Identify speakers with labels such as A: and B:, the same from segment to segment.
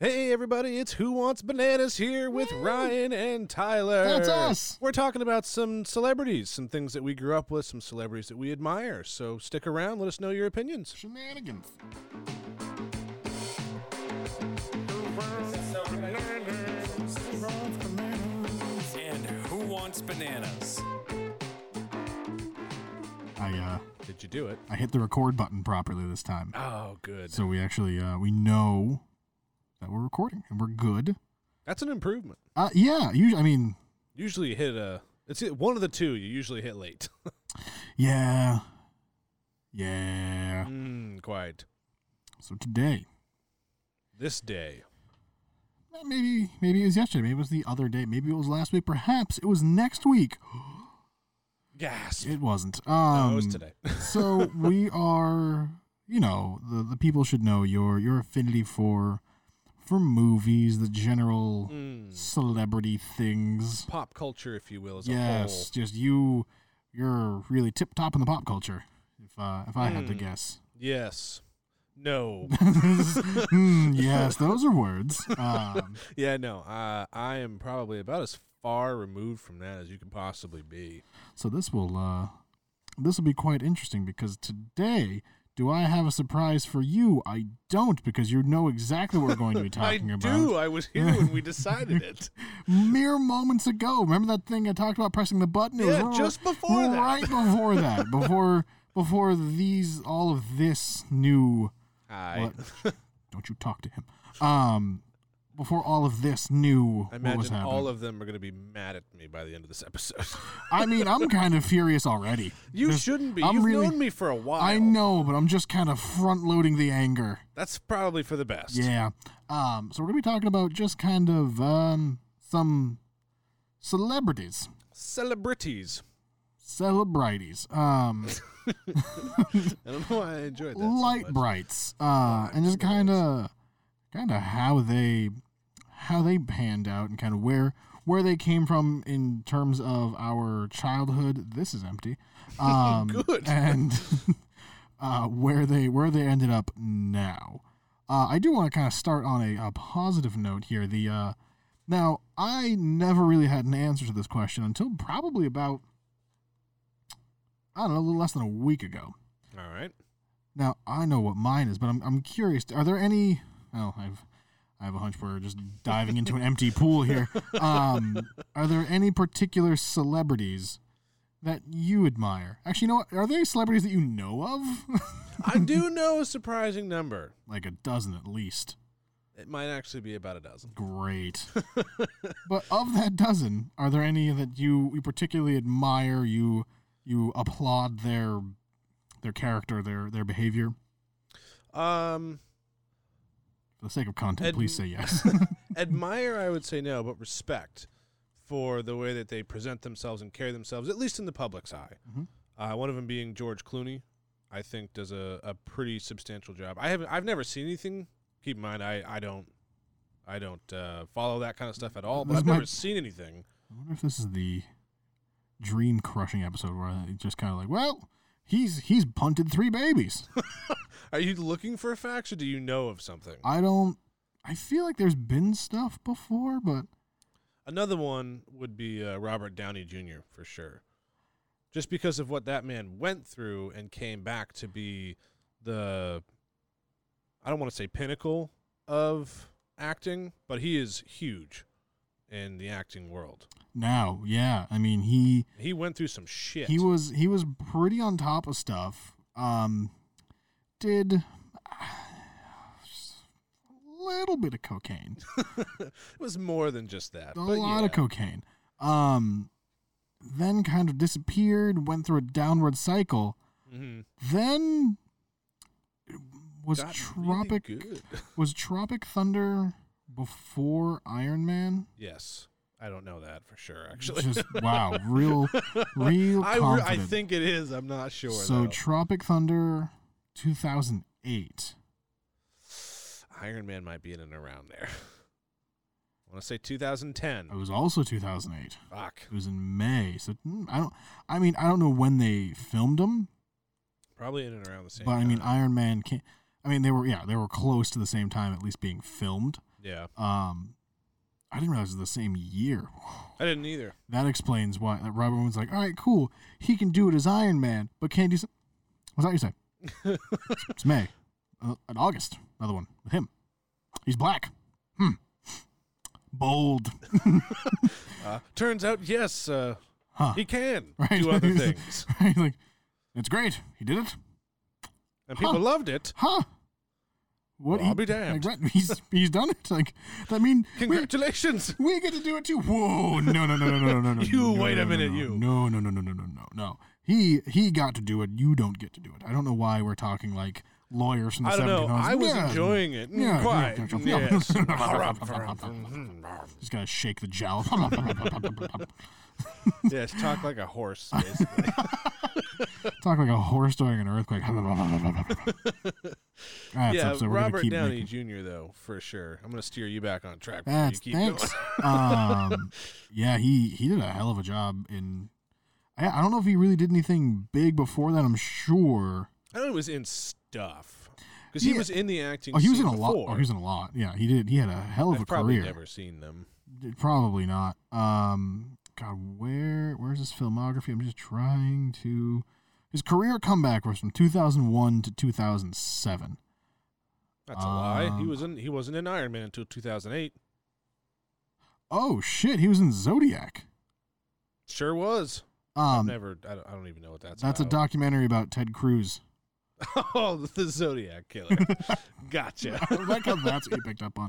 A: Hey everybody, it's Who Wants Bananas here with Ryan and Tyler.
B: That's us.
A: We're talking about some celebrities, some things that we grew up with, some celebrities that we admire. So stick around, let us know your opinions.
B: Shenanigans.
C: And who wants bananas?
B: I uh,
A: Did you do it?
B: I hit the record button properly this time,
A: Oh, good.
B: so we actually uh, we know that we're recording and we're good.
A: That's an improvement.
B: Uh, yeah, usually I mean,
A: Usually you hit a it's one of the two. You usually hit late.
B: yeah, yeah.
A: mm, quite.
B: So today,
A: This day.
B: eh, maybe maybe it was yesterday, maybe it was the other day, maybe it was last week, perhaps it was next week.
A: Gasp.
B: It wasn't. Um,
A: no, Oh, it was today.
B: so we are you know the, the people should know your your affinity for for movies the general celebrity things
A: Pop culture, if you will, Mm. as
B: yes
A: a whole.
B: just you you're really tip top in the pop culture if uh, if i had
A: Mm.
B: to guess
A: Yes. No.
B: Hmm, yes those are words um,
A: Yeah, no. Uh, I am probably about as far removed from that as you can possibly be.
B: so this will uh this will be quite interesting because today do I have a surprise for you? I don't because you know exactly what we're going to be talking
A: I
B: about.
A: do. I was here when we decided it.
B: mere moments ago. Remember that thing I talked about pressing the button? It
A: Yeah,
B: was
A: just before that.
B: Right before that. Before before these all of this new
A: I,
B: what- don't you talk to him. Um before all of this new
A: I
B: what was
A: imagine
B: happening.
A: all of them are going to be mad at me by the end of this episode.
B: I mean, I'm kind of furious already.
A: you
B: Just-
A: shouldn't be.
B: I'm
A: You've
B: really-
A: known me for a while.
B: I know, but I'm just kind of front loading the anger.
A: That's probably for the best.
B: Yeah. Um so we're gonna be talking about just kind of um some celebrities.
A: Celebrities.
B: Celebrities. Um
A: I don't know why I enjoyed that. so
B: light
A: much.
B: brights uh, and just kind of kind of how they how they panned out and kind of where where they came from in terms of our childhood this is empty um,
A: Good.
B: and uh, where they where they ended up now uh, i do want to kind of start on a, a positive note here the uh, now i never really had an answer to this question until probably about i don't know a little less than a week ago
A: All right.
B: now I know what mine is, but I'm I'm curious. Are there any? Oh, I've I have a hunch we're just diving into an empty pool here. Um, are there any particular celebrities that you admire? Actually, you know what? Are there any celebrities that you know of?
A: I do know a surprising number.
B: like a dozen at least.
A: It might actually be about a dozen.
B: Great. but of that dozen, are there any that you you particularly admire? You you applaud their their character, their their behavior.
A: Um,
B: For the sake of content,
A: Ad-
B: please say yes.
A: admire, I would say no, but respect for the way that they present themselves and carry themselves, at least in the public's eye. Uh, one of them being George Clooney, I think does a, a pretty substantial job. I haven't, I've never seen anything. Keep in mind, I, I don't, I don't uh, follow that kind of stuff at all. But
B: This
A: I've never
B: might-
A: seen anything.
B: I wonder if this is the dream crushing episode where I just kind of like, well, he's he's punted three babies.
A: Are you looking for facts, or do you know of something?
B: I don't. I feel like there's been stuff before, but
A: Another one would be uh, Robert Downey Jr. for sure, just because of what that man went through and came back to be the I don't want to say pinnacle of acting, but he is huge in the acting world.
B: now, yeah, I mean he
A: He went through some shit.
B: he was he was pretty on top of stuff. Um, did a little bit of cocaine,
A: it was more than just that.
B: a
A: but
B: lot
A: yeah.
B: of cocaine. Um, then kind of disappeared, went through a downward cycle.
A: Mhm.
B: Then was
A: Got really
B: Tropic
A: good.
B: was Tropic Thunder before Iron Man?
A: yes, I don't know that for sure. Actually,
B: Just wow, real, real
A: I, re- I
B: confident.
A: think it is. I'm not sure.
B: so.
A: though.
B: Tropic Thunder, two thousand eight.
A: Iron Man might be in and around there. I want to say 2010.
B: It was also two thousand eight.
A: Fuck.
B: It was in May. So mm, I don't. I mean, I don't know when they filmed them,
A: Probably in and around the same.
B: but I mean,
A: time.
B: Iron Man. Came, I mean, they were yeah, they were close to the same time, at least being filmed.
A: Yeah,
B: Um, I didn't realize it was the same year.
A: I didn't either.
B: That explains why that Robert was like, all right, cool. He can do it as Iron Man, but can't do. So-. What's that you say? it's May. Uh, and August, another one with him. He's black. Hmm. Bold.
A: Uh, turns out, yes, uh,
B: Huh.
A: he can
B: Right.
A: do other things,
B: He's like, it's great. He did it.
A: and people
B: Huh.
A: loved it.
B: Huh? What?
A: Well, I'll be damned.
B: Like, right, he's he's done it. Like that mean we,
A: Congratulations!
B: we get to do it too. Whoa! No, no, no, no, no, no, no.
A: You
B: no,
A: wait
B: no,
A: a
B: no,
A: minute,
B: no,
A: you.
B: No, no, no, no, no, no, no, no. He he got to do it. You don't get to do it. I don't know why we're talking like lawyers from the
A: I don't know.
B: 1700s.
A: I was
B: Yeah.
A: enjoying it.
B: Yeah,
A: Mm, Quite.
B: yeah, yeah, yeah.
A: Yes.
B: Just gotta shake the jowl.
A: yes. Talk like a horse. Basically.
B: Talk like a horse during an earthquake. That's
A: yeah.
B: episode. We're gonna
A: Robert
B: keep
A: Downey
B: making-
A: Jr. Though, for sure. I'm gonna steer you back on track. before
B: That's
A: you keep going.
B: thanks. um, yeah, he he did a hell of a job in. I, I don't know if he really did anything big before that. I'm sure.
A: I know he was in stuff because he
B: Yeah.
A: was in the acting.
B: Oh, he was
A: scene
B: in a lot.
A: before.
B: Oh, he was in a lot. Yeah, he did. He had a hell of
A: I've
B: a
A: probably
B: career.
A: never seen them.
B: D- Probably not. Um, God, where where's his filmography? I'm just trying to. His career comeback was from 2001 to 2007.
A: That's a lie. He
B: Um,
A: was in. He wasn't in Iron Man until 2008.
B: Oh shit, he was in Zodiac.
A: Sure was. I've
B: Um,
A: never. I don't, I don't even know what that's.
B: that's a
A: about.
B: documentary about Ted Cruz.
A: oh, the Zodiac killer. gotcha.
B: I like how that's what you picked up on.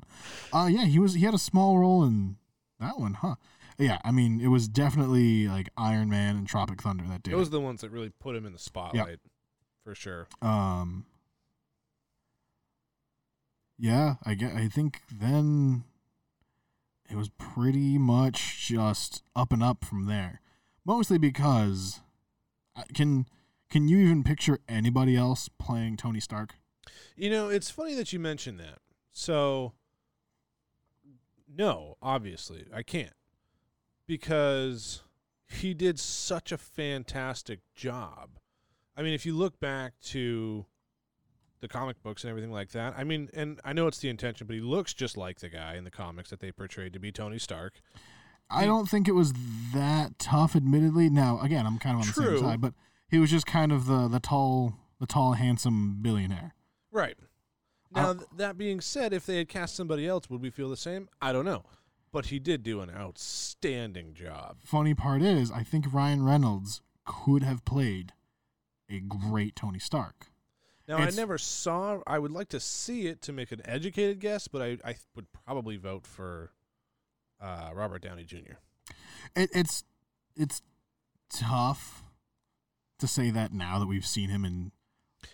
B: Uh yeah, he was he had a small role in that one, huh? Yeah, I mean it was definitely like Iron Man and Tropic Thunder that did.
A: Those
B: it.
A: are the ones that really put him in the spotlight, for sure.
B: um Yeah, I get I think then it was pretty much just up and up from there. Mostly because I- can can you even picture anybody else playing Tony Stark?
A: You know, it's funny that you mentioned that. So, no, obviously, I can't. Because he did such a fantastic job. I mean, if you look back to the comic books and everything like that, I mean, and I know it's the intention, but he looks just like the guy in the comics that they portrayed to be Tony Stark. Mm.
B: I don't think it was that tough, admittedly. Now, again, I'm kind of on the
A: True.
B: same side, but he was just kind of the the tall, the tall, handsome billionaire.
A: Right.
B: I
A: Now,
B: don't-
A: th- that being said, if they had cast somebody else, would we feel the same? I don't know. But he did do an outstanding job.
B: Funny part is, I think Ryan Reynolds could have played a great Tony Stark.
A: Now,
B: It's-
A: I never saw, I would like to see it to make an educated guess, but I, I would probably vote for uh, Robert Downey Jr.
B: It, it's it's tough to say that now that we've seen him in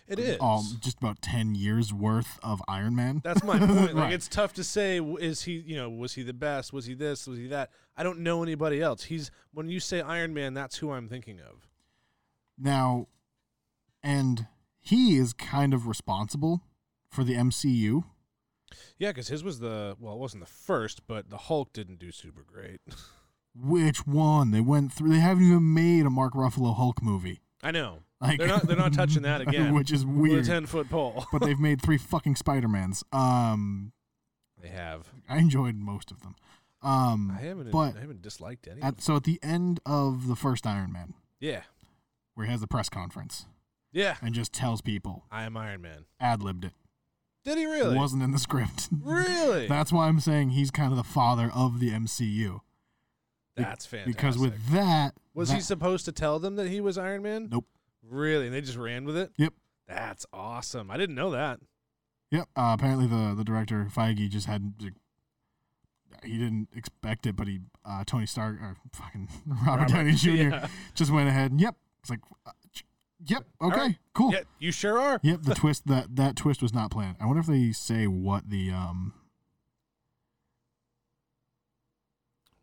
A: It is.
B: um, just about ten years worth of Iron Man.
A: That's my point. Like,
B: Right.
A: it's tough to say. w- Is he, you know, was he the best? Was he this? Was he that? I don't know anybody else. He's, when you say Iron Man, that's who I'm thinking of.
B: Now, and he is kind of responsible for the MCU.
A: Yeah, because his was the, well, it wasn't the first, but the Hulk didn't do super great.
B: Which one? They went through. They haven't even made a Mark Ruffalo Hulk movie.
A: I know.
B: Like
A: They're not- they're not touching that again.
B: which is
A: With
B: weird.
A: a ten foot pole.
B: but they've made three fucking Spider Mans. Um,
A: They have.
B: I enjoyed most of them. Um,
A: I haven't.
B: But
A: I haven't disliked any. of
B: at,
A: them.
B: so at the end of the first Iron Man,
A: Yeah.
B: where he has the press conference
A: Yeah.
B: and just tells people,
A: I am Iron Man.
B: ad libbed it.
A: Did he really?
B: Wasn't in the script.
A: really?
B: That's why I'm saying he's kind of the father of the MCU. Be-
A: That's fantastic.
B: Because with that,
A: was he
B: that-
A: supposed to tell them that he was Iron Man?
B: Nope.
A: Really? And they just ran with it.
B: Yep.
A: That's awesome. I didn't know that.
B: Yep. Uh, apparently, the the director Feige just had he didn't expect it, but he uh, Tony Stark or fucking Robert, Downey Jr.
A: Yeah.
B: just went ahead and yep. It's like, uh, j- yep, okay,
A: right.
B: cool.
A: Yeah, you sure are.
B: Yep. The twist that that twist was not planned. I wonder if they say what the um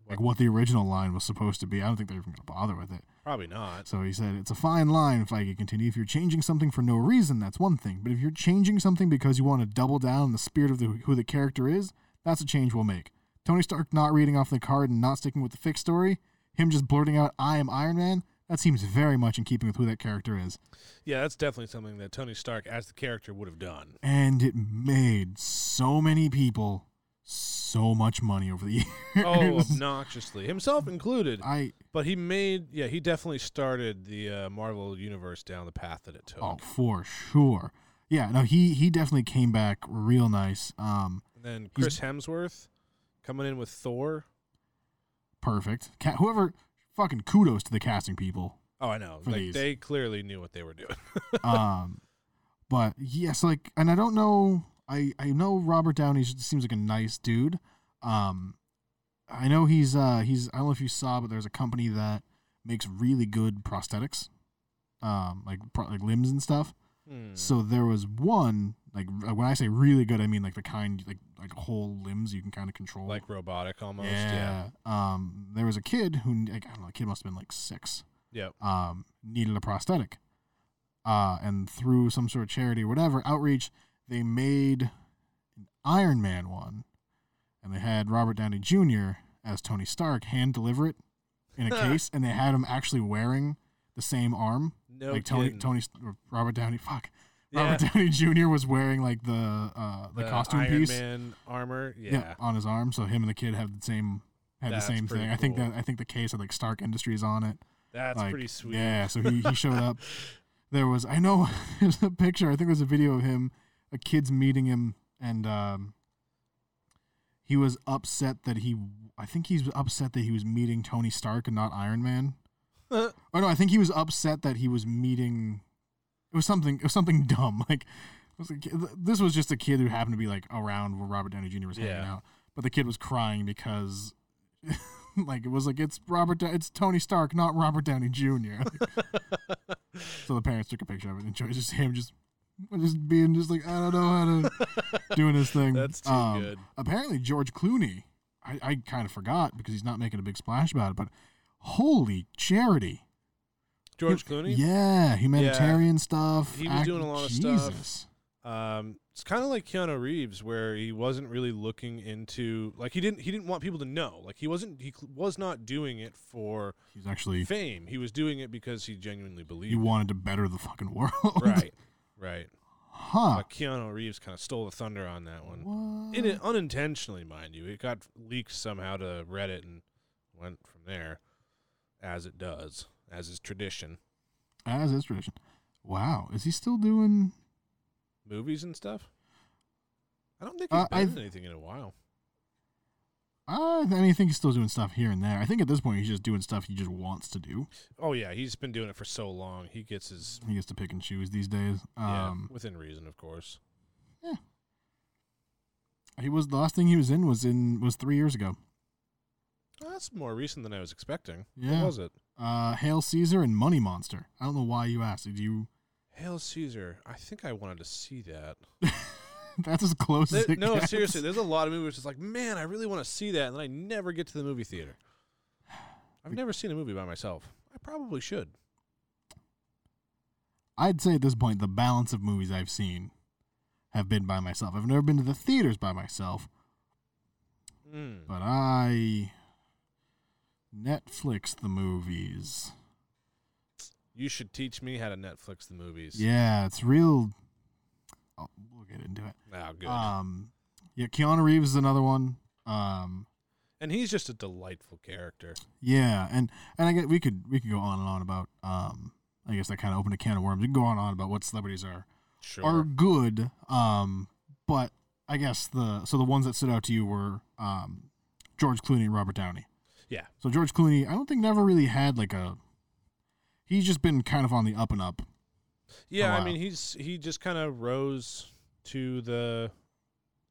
B: like what the original line was supposed to be. I don't think they're even gonna bother with it.
A: Probably not.
B: So he said, It's a fine line, Feige continued. If you're changing something for no reason, that's one thing. But if you're changing something because you want to double down on the spirit of the, who the character is, that's a change we'll make. Tony Stark not reading off the card and not sticking with the fixed story, him just blurting out, I am Iron Man, that seems very much in keeping with who that character is.
A: Yeah, that's definitely something that Tony Stark, as the character, would have done.
B: And it made so many people so much money over the years.
A: Oh, obnoxiously, himself included.
B: I
A: But he made, yeah, he definitely started the uh, Marvel universe down the path that it took.
B: oh for sure. Yeah, no, he he definitely came back real nice. Um,
A: And then Chris Hemsworth coming in with Thor.
B: perfect. Ca- whoever, fucking kudos to the casting people.
A: Oh, I know.
B: For
A: like
B: these.
A: they clearly knew what they were doing.
B: um but yes like and i don't know i i know robert downey s- seems like a nice dude um i know he's uh he's i don't know if you saw but there's a company that makes really good prosthetics um like pro- like limbs and stuff
A: Hmm.
B: so there was one like r- when i say really good i mean like the kind like like whole limbs you can kind of control
A: Like robotic almost. Yeah.
B: yeah. um there was a kid who like, i don't know the kid must have been like 6
A: Yep.
B: um, needed a prosthetic. Uh, and through some sort of charity or whatever outreach, they made an Iron Man one, and they had Robert Downey Jr. as Tony Stark hand deliver it in a case, and they had him actually wearing the same arm,
A: No
B: like Tony,
A: kidding.
B: Tony, or Robert Downey, fuck,
A: yeah.
B: Robert Downey Jr. was wearing like the uh, the, costume
A: Iron
B: piece,
A: Man armor. Yeah.
B: on his arm. So him and the kid had the same had
A: That's
B: the same
A: pretty
B: thing. I think
A: cool.
B: that I think the case had like Stark Industries on it.
A: That's
B: Like,
A: pretty sweet.
B: Yeah, so he, he showed up. There was I know there's a picture. I think there's a video of him, a kid's meeting him, and um, he was upset that he. I think he's upset that he was meeting Tony Stark and not Iron Man.
A: Huh.
B: Oh no, I think he was upset that he was meeting. It was something. It was something dumb. Like, it was like this was just a kid who happened to be like around where Robert Downey Jr. was hanging
A: Yeah.
B: out, but the kid was crying because. Like it was like it's Robert, Da- it's Tony Stark, not Robert Downey Jr. so the parents took a picture of it and showed just him just, just being just like I don't know how to doing his thing. Um,
A: That's too good.
B: Apparently George Clooney, I, I kind of forgot because he's not making a big splash about it, but holy charity!
A: George
B: He-
A: Clooney.
B: Yeah, humanitarian stuff.
A: He was doing a lot of stuff.
B: Jesus.
A: Um, it's kind of like Keanu Reeves, where he wasn't really looking into like he didn't he didn't want people to know. Like he wasn't he cl- was not doing it for
B: He's actually
A: fame. He was doing it because he genuinely believed.
B: he
A: it.
B: wanted to better the fucking world.
A: right, right.
B: Huh.
A: But Keanu Reeves kind of stole the thunder on that one,
B: What?
A: in it unintentionally, mind you. It got leaked somehow to Reddit and went from there, as it does, as is tradition.
B: As is tradition. Wow. Is he still doing
A: Movies and stuff. I don't think he's
B: Uh,
A: been
B: I've-
A: in anything in a while.
B: uh, I I mean, I think he's still doing stuff here and there. I think at this point he's just doing stuff he just wants to do.
A: Oh yeah, he's been doing it for so long. He gets his
B: He gets to pick and choose these days.
A: Yeah,
B: Um
A: within reason, of course.
B: he was the last thing he was in was in was 3 years ago.
A: Well, that's more recent than I was expecting.
B: Yeah.
A: What was it?
B: Uh Hail Caesar and Money Monster. I don't know why you asked. Do you
A: Hail Caesar. I think I wanted to see that.
B: That's as close
A: There-
B: as it
A: no,
B: gets.
A: seriously, there's a lot of movies that's like, man, I really want to see that, and then I never get to the movie theater. I've never seen a movie by myself. I probably should.
B: I'd say at this point, the balance of movies I've seen have been by myself. I've never been to the theaters by myself,
A: Mm.
B: but I Netflix the movies.
A: You should teach me how to Netflix the movies.
B: Yeah, it's real. Oh, we'll get into it.
A: Oh, good.
B: Um, yeah, Keanu Reeves is another one. Um,
A: and he's just a delightful character.
B: yeah, and and I get we could we could go on and on about. Um, I guess that kind of opened a can of worms. We can go on and on about what celebrities are
A: Sure.
B: are good. Um, but I guess the so the ones that stood out to you were um, George Clooney and Robert Downey.
A: Yeah.
B: So George Clooney, I don't think never really had like a. He's just been kind of on the up and up.
A: Yeah, I
B: wow.
A: mean he's he just kind of rose to the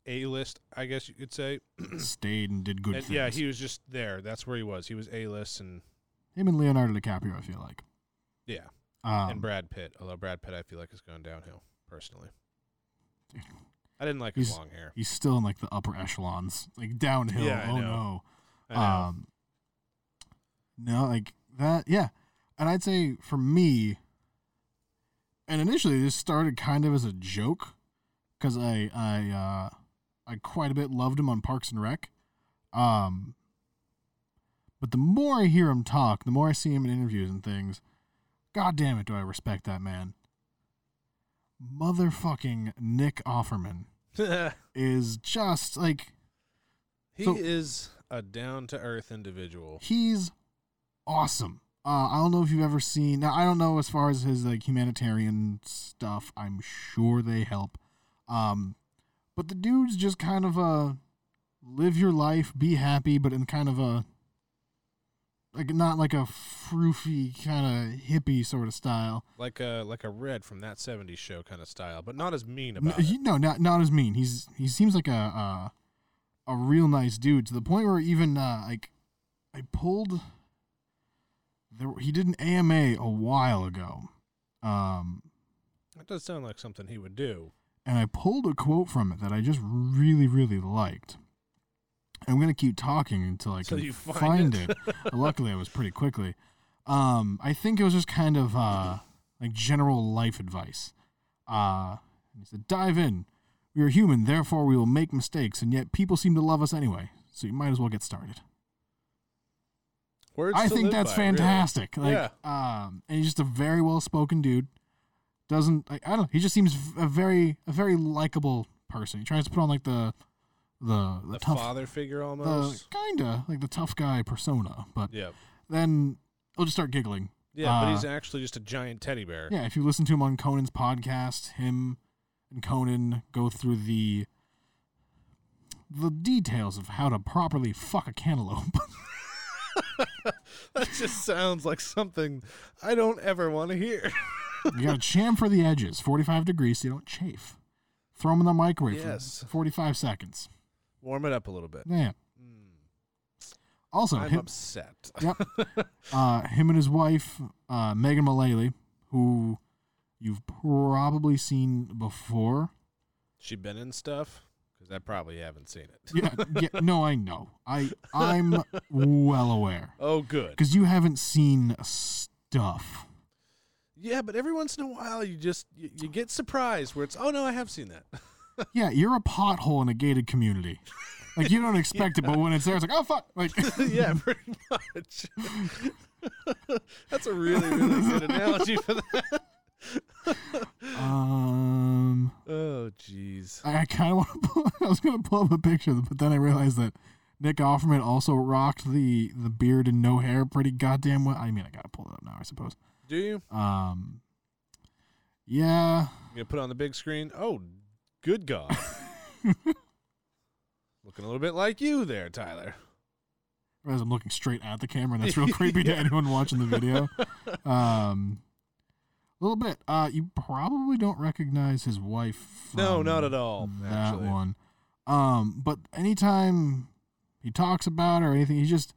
A: A list, I guess you could say.
B: stayed and did good
A: And,
B: things.
A: yeah, he was just there. That's where he was. He was A list and
B: him and Leonardo DiCaprio, I feel like.
A: yeah,
B: Um,
A: and Brad Pitt. Although Brad Pitt, I feel like has gone downhill personally.
B: Dude.
A: I didn't like his
B: He's-
A: long hair.
B: He's still in like the upper echelons, like downhill.
A: Yeah, I
B: oh
A: know.
B: no.
A: I know.
B: Um, no, like that, yeah. And I'd say for me, and initially this started kind of as a joke because I I uh, I quite a bit loved him on Parks and Rec, um. But the more I hear him talk, the more I see him in interviews and things. God damn it, do I respect that man. Motherfucking Nick Offerman is just like
A: He
B: um, So-
A: is a down to earth individual.
B: He's awesome. Uh, I don't know if you've ever seen. Now I don't know as far as his like humanitarian stuff. I'm sure they help. Um, but the dude's just kind of a live your life, be happy, but in kind of a like not like a froofy kind of hippie sort of style.
A: Like a like a red from that seventies show kind of style, but not as mean
B: No,
A: about
B: he,
A: it.
B: no, not not as mean. He's he seems like a uh, a real nice dude to the point where even uh, like I pulled there he did an AMA a while ago, um,
A: That does sound like something he would do.
B: and I pulled a quote from it that I just really really liked. I'm gonna keep talking until I
A: Till
B: can
A: you find
B: it. Uh, Luckily, I was pretty quickly. Um, I think it was just kind of uh, like general life advice. Uh, he said, "Dive in. We are human, therefore we will make mistakes, and yet people seem to love us anyway. So you might as well get started."
A: Words
B: I
A: to
B: think
A: live
B: that's
A: by, really.
B: fantastic. Like, um, and he's just a very well-spoken dude. Doesn't I, I don't know. He just seems v- a very a very likable person. He tries to put on like the the the,
A: The
B: tough
A: father figure
B: the
A: almost.
B: kinda like the tough guy persona, but
A: yeah.
B: then he'll just start giggling.
A: Yeah, but he's
B: Uh,
A: actually just a giant teddy bear.
B: Yeah, if you listen to him on Conan's podcast, him and Conan go through the the details of how to properly fuck a cantaloupe.
A: That just sounds like something I don't ever want to hear.
B: you got to chamfer the edges, 45 degrees, so you don't chafe. Throw them in the microwave
A: Yes.
B: for 45 seconds.
A: Warm it up a little bit.
B: Yeah. Also,
A: Hmm. I'm
B: him,
A: upset.
B: yep, uh, him and his wife, uh, Megan Mullally, who you've probably seen before.
A: She been in stuff because I probably haven't seen it.
B: Yeah, yeah, no, I know. I I'm well aware.
A: Oh, good.
B: Because you haven't seen stuff.
A: Yeah, but every once in a while you just you, you get surprised where it's oh no I have seen that.
B: Yeah, you're a pothole in a gated community. Like you don't expect it, but when it's there, it's like, oh fuck! Like,
A: yeah, pretty much. That's a really really good analogy for that.
B: um,
A: Oh jeez.
B: I, I kind of want to. Pull, I was gonna pull up a picture, but then I realized that Nick Offerman also rocked the the beard and no hair pretty goddamn well. I mean, I gotta pull it up now, I suppose.
A: Do you?
B: Um, yeah,
A: You put on the big screen. Oh, good god. Looking a little bit like you there, Tyler.
B: as I'm looking straight at the camera, and that's real creepy to anyone watching the video. Um, a little bit. Uh, you probably don't recognize his wife.
A: No,
B: from
A: not at all,
B: That
A: actually.
B: one. Um, but anytime he talks about her or anything, he's just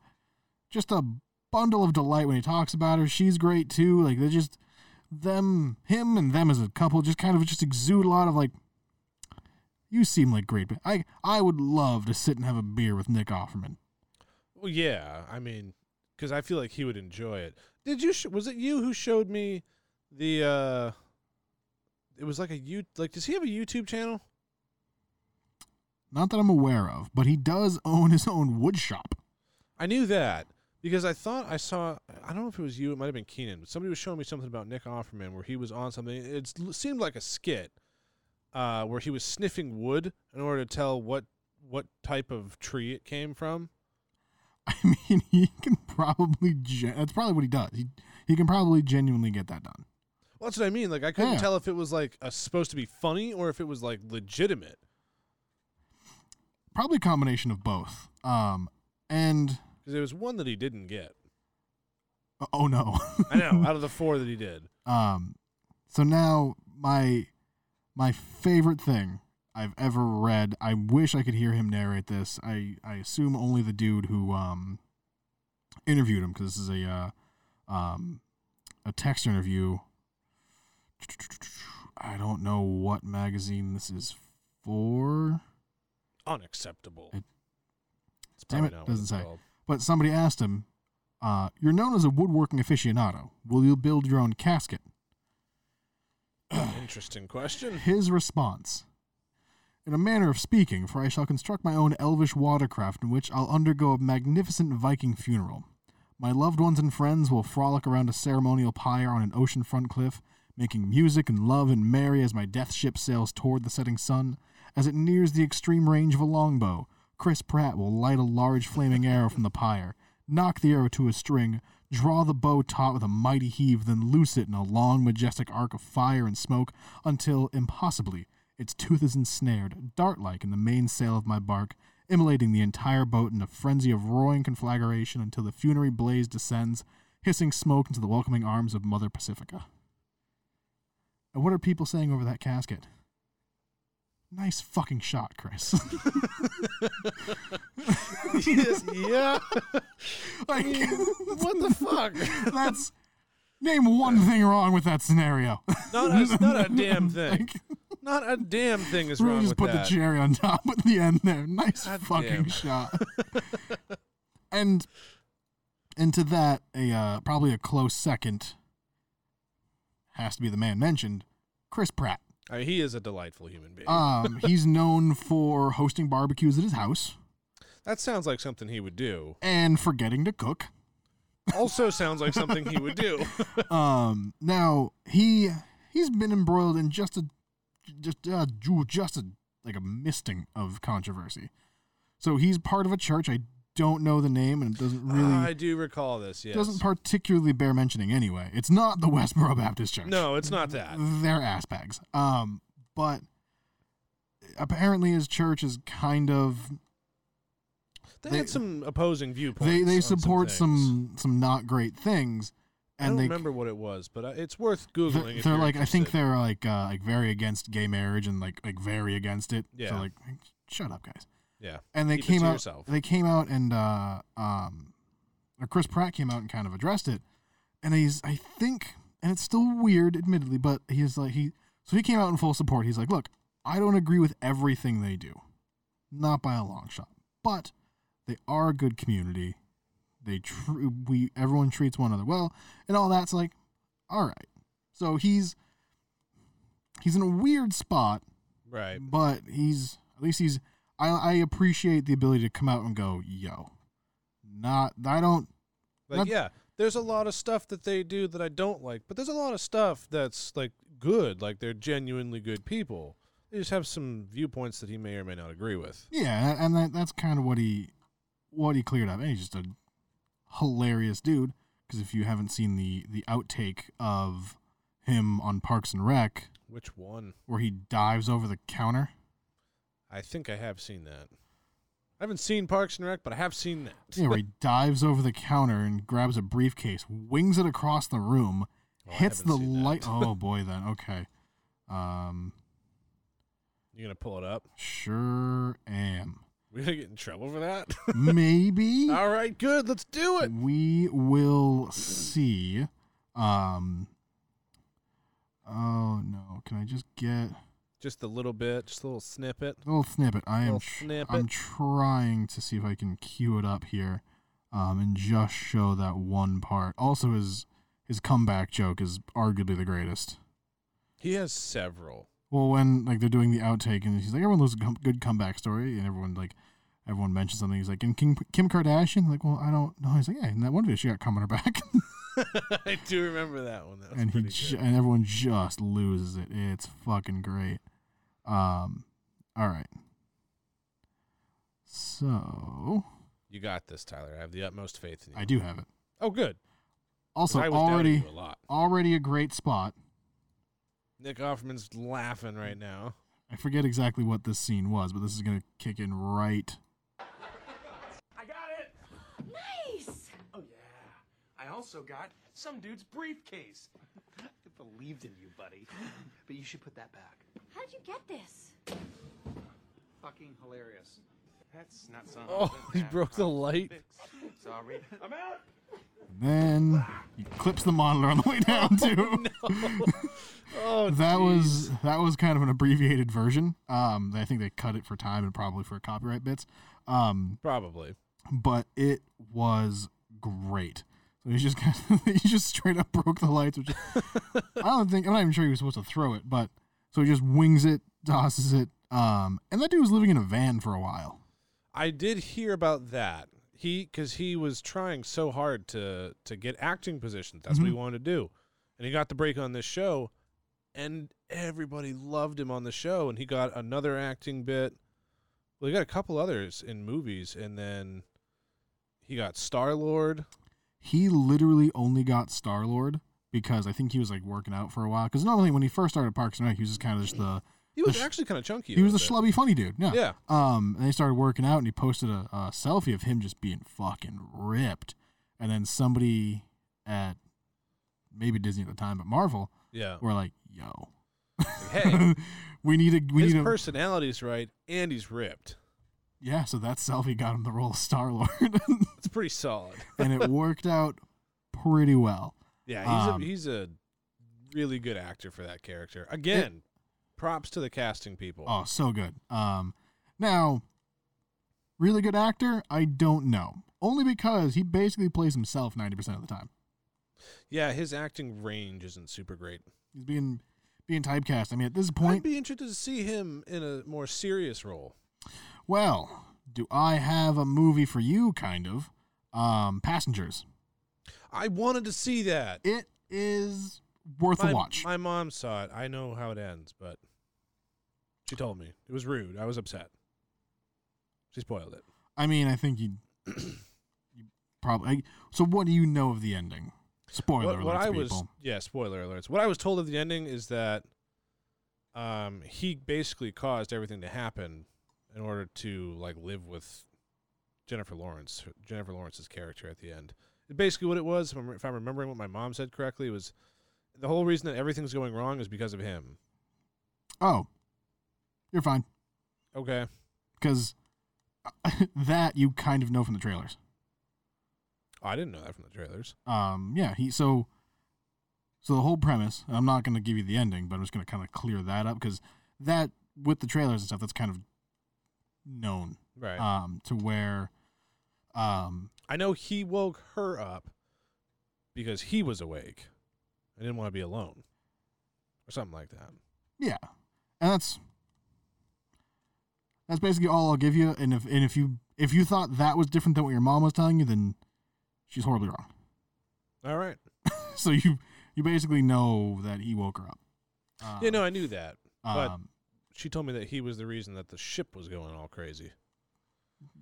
B: just a bundle of delight when he talks about her. She's great too. Like they just them, him, and them as a couple just kind of just exude a lot of like. You seem like great. pe- I I would love to sit and have a beer with Nick Offerman.
A: Well, yeah. I mean, because I feel like he would enjoy it. Did you? Sh- was it you who showed me the? uh It was like a you. Like, does he have a YouTube channel?
B: Not that I'm aware of, but he does own his own wood shop.
A: I knew that because I thought I saw. I don't know if it was you. It might have been Keenan. But somebody was showing me something about Nick Offerman where he was on something. It seemed like a skit uh, where he was sniffing wood in order to tell what what type of tree it came from.
B: I mean, he can probably gen- that's probably what he does. He he can probably genuinely get that done.
A: Well, that's what I mean. Like, I couldn't
B: Yeah.
A: tell if it was like a, supposed to be funny or if it was like legitimate.
B: Probably a combination of both. Um, and
A: Because there was one that he didn't get.
B: oh no.
A: I know, out of the four that he did.
B: um, so now my my favorite thing I've ever read. I wish I could hear him narrate this. I I assume only the dude who um interviewed him because this is a uh, um a text interview. I don't know what magazine this is for.
A: Unacceptable.
B: It-
A: It's
B: Damn
A: probably not
B: it,
A: what
B: doesn't
A: it's
B: say.
A: called.
B: But somebody asked him, uh, "You're known as a woodworking aficionado. Will you build your own casket?"
A: Interesting question.
B: His response In a manner of speaking, for I shall construct my own elvish watercraft in which I'll undergo a magnificent Viking funeral. My loved ones and friends will frolic around a ceremonial pyre on an oceanfront cliff, making music and love and merry as my death ship sails toward the setting sun, as it nears the extreme range of a longbow, Chris Pratt will light a large flaming arrow from the pyre, knock the arrow to a string, draw the bow taut with a mighty heave, then loose it in a long, majestic arc of fire and smoke until, impossibly, its tooth is ensnared, dart like, in the mainsail of my bark, immolating the entire boat in a frenzy of roaring conflagration until the funerary blaze descends, hissing smoke into the welcoming arms of Mother Pacifica. And what are people saying over that casket? Nice fucking shot, Chris.
A: Yes, yeah.
B: like,
A: What the fuck?
B: that's. Name one thing wrong with that scenario.
A: Not a, not a damn thing.
B: Like-
A: Not a damn thing is
B: Really
A: wrong
B: just
A: with
B: put
A: that.
B: the cherry on top at the end there. Nice
A: God
B: fucking
A: damn.
B: shot. and and to that, a uh, probably a close second has to be the man mentioned, Chris Pratt.
A: I mean, he is a delightful human being.
B: Um, he's known for hosting barbecues at his house
A: that sounds like something he would do.
B: and forgetting to cook.
A: Also, sounds like something he would do.
B: Um, now he he's been embroiled in just a just uh, ju- just a like a misting of controversy. So he's part of a church. I don't know the name, and it doesn't really
A: I do recall this. Ah, Yes.
B: doesn't particularly bear mentioning anyway. It's not the Westboro Baptist Church.
A: no, it's not that.
B: They're ass bags. Um, but apparently his church is kind of
A: They,
B: They-
A: had some opposing viewpoints.
B: they they
A: on
B: support
A: things.
B: some some, not great things,
A: I don't
B: and they
A: remember what it was, but I, it's worth googling.
B: they're,
A: if
B: they're
A: you're
B: like I think
A: interested.
B: they're like uh, like very against gay marriage and like like very against it. So
A: Yeah.
B: like shut up guys.
A: Yeah.
B: and they
A: Keep it
B: came
A: to
B: out.
A: yourself.
B: They came out and uh, um, or Chris Pratt came out and kind of addressed it, and he's I think, and it's still weird, admittedly, but he's like he so he came out in full support. He's like, look, I don't agree with everything they do, not by a long shot, but they are a good community. They tr- we everyone treats one another well, and all that's like, all right. So he's he's in a weird spot
A: Right.
B: but he's at least he's I, I appreciate the ability to come out and go yo not i don't
A: Like,
B: Not-
A: yeah, there's a lot of stuff that they do that I don't like, but there's a lot of stuff that's like good. Like they're genuinely good people. They just have some viewpoints that he may or may not agree with.
B: yeah and that, that's kind of what he what he cleared up and he's just a hilarious dude because if you haven't seen the the outtake of him on parks and rec
A: Which one?
B: where he dives over the counter
A: I think I have seen that. I haven't seen Parks and Rec, but I have seen that.
B: yeah, where he dives over the counter and grabs a briefcase wings it across the room
A: Oh, I
B: hits the
A: haven't seen that.
B: light oh boy then okay um
A: You gonna pull it up?
B: sure am
A: We gonna get in trouble for that?
B: maybe
A: All right, good. Let's do it.
B: we will see um oh no can i just get
A: Just a little bit, just a little snippet.
B: a little snippet i am
A: Little
B: tr-
A: snippet.
B: i'm trying to see if i can cue it up here um and just show that one part also his his comeback joke is arguably the greatest
A: He has several.
B: Well, when like they're doing the outtake, and he's like, everyone loves a com- good comeback story, and everyone like, everyone mentions something. He's like, and Kim, Kim Kardashian, like, well, I don't know. He's like, yeah, and that one video she got coming her back,
A: I do remember that one. That was
B: and he
A: pretty
B: ju-
A: good.
B: and everyone just loses it. It's fucking great. Um, all right. So
A: You got this, Tyler. I have the utmost faith in you.
B: I do have it.
A: Oh, good. 'Cause
B: Also,
A: I was doubting
B: already
A: you a lot.
B: already a great spot.
A: Nick Offerman's laughing right now.
B: I forget exactly what this scene was, but this is gonna kick in right.
D: I got it!
E: Nice!
D: Oh, yeah. I also got some dude's briefcase. I believed in you, buddy. But you should put that back.
E: How did you get this?
D: Fucking hilarious. That's not something.
A: Oh, he broke the light.
D: Sorry. I'm out!
B: Then he clips the monitor on the way down too.
A: Oh,
B: that was that was kind of an abbreviated version. Um, I think they cut it for time and probably for copyright bits. Um,
A: probably.
B: but it was great. So he just kind of, he just straight up broke the lights, which I don't think I'm not even sure he was supposed to throw it, but so he just wings it, tosses it. Um, and that dude was living in a van for a while.
A: I did hear about that. He because he was trying so hard to to get acting positions. That's
B: Mm-hmm.
A: what he wanted to do, and he got the break on this show, and everybody loved him on the show. And he got another acting bit, Well, he got a couple others in movies, and then he got Star Lord.
B: He literally only got Star Lord because I think he was like working out for a while. Because normally when he first started Parks and Rec, he was just kind of just the
A: He was
B: sh-
A: actually kind of chunky. a
B: he was the
A: little
B: schlubby funny dude. Yeah.
A: Yeah.
B: Um, and they started working out, and he posted a, a selfie of him just being fucking ripped. And then somebody at maybe Disney at the time, but Marvel,
A: bit. Yeah.
B: were like, "Yo,
A: Hey,
B: we need a we
A: his
B: need a
A: personality's right, and he's ripped.
B: yeah." So that selfie got him the role of Star Lord,
A: It's pretty solid.
B: and it worked out pretty well.
A: Yeah, he's
B: Um,
A: a, he's a really good actor for that character. Again, props to the casting people.
B: Oh, so good. Um, now, really good actor? I don't know. Only because he basically plays himself 90% of the time.
A: yeah, his acting range isn't super great.
B: He's being being typecast. I mean, at this point,
A: I'd be interested to see him in a more serious role.
B: well, do I have a movie for you kind of? Um, Passengers.
A: I wanted to see that.
B: It is worth
A: my,
B: a watch.
A: My mom saw it. I know how it ends, but she told me it was rude. I was upset. She spoiled it.
B: I mean, I think you, you probably I, So what do you know of the ending? Spoiler
A: what, what
B: alerts,
A: I was
B: people.
A: yeah, spoiler alerts. What I was told of the ending is that um he basically caused everything to happen in order to like live with Jennifer Lawrence, Jennifer Lawrence's character at the end. Basically, what it was, if I'm, if I'm remembering what my mom said correctly, was the whole reason that everything's going wrong is because of him.
B: Oh. You're fine.
A: Okay,
B: because that you kind of know from the trailers.
A: I didn't know that from the trailers.
B: Um, yeah, he so so the whole premise. I'm not going to give you the ending, but I'm just going to kind of clear that up because that with the trailers and stuff, that's kind of known.
A: Right.
B: Um, to where, um,
A: Uh, I know he woke her up because he was awake. I didn't want to be alone, or something like that.
B: yeah, and that's that's basically all I'll give you. And if and if you if you thought that was different than what your mom was telling you, then she's horribly wrong.
A: All right.
B: so you you basically know that he woke her up. Um,
A: yeah, no, I knew that. But
B: um,
A: she told me that he was the reason that the ship was going all crazy.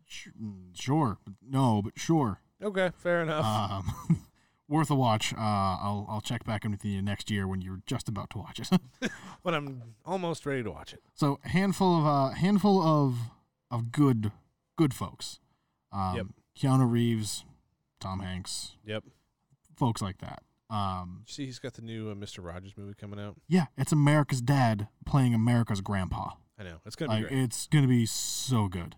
B: Sh- mm, Sure. but No, but sure.
A: Okay, fair enough.
B: Um, worth a watch. Uh, I'll I'll check back in with you next year when you're just about to watch it.
A: when I'm almost ready to watch it.
B: so handful of uh, handful of of good good folks. Um,
A: Yep.
B: Keanu Reeves, Tom Hanks,
A: Yep.
B: folks like that. Um,
A: See, he's got the new uh, Mr. Rogers movie coming out.
B: yeah, it's America's dad playing America's grandpa.
A: I know it's gonna be
B: Like
A: great.
B: it's gonna be so good.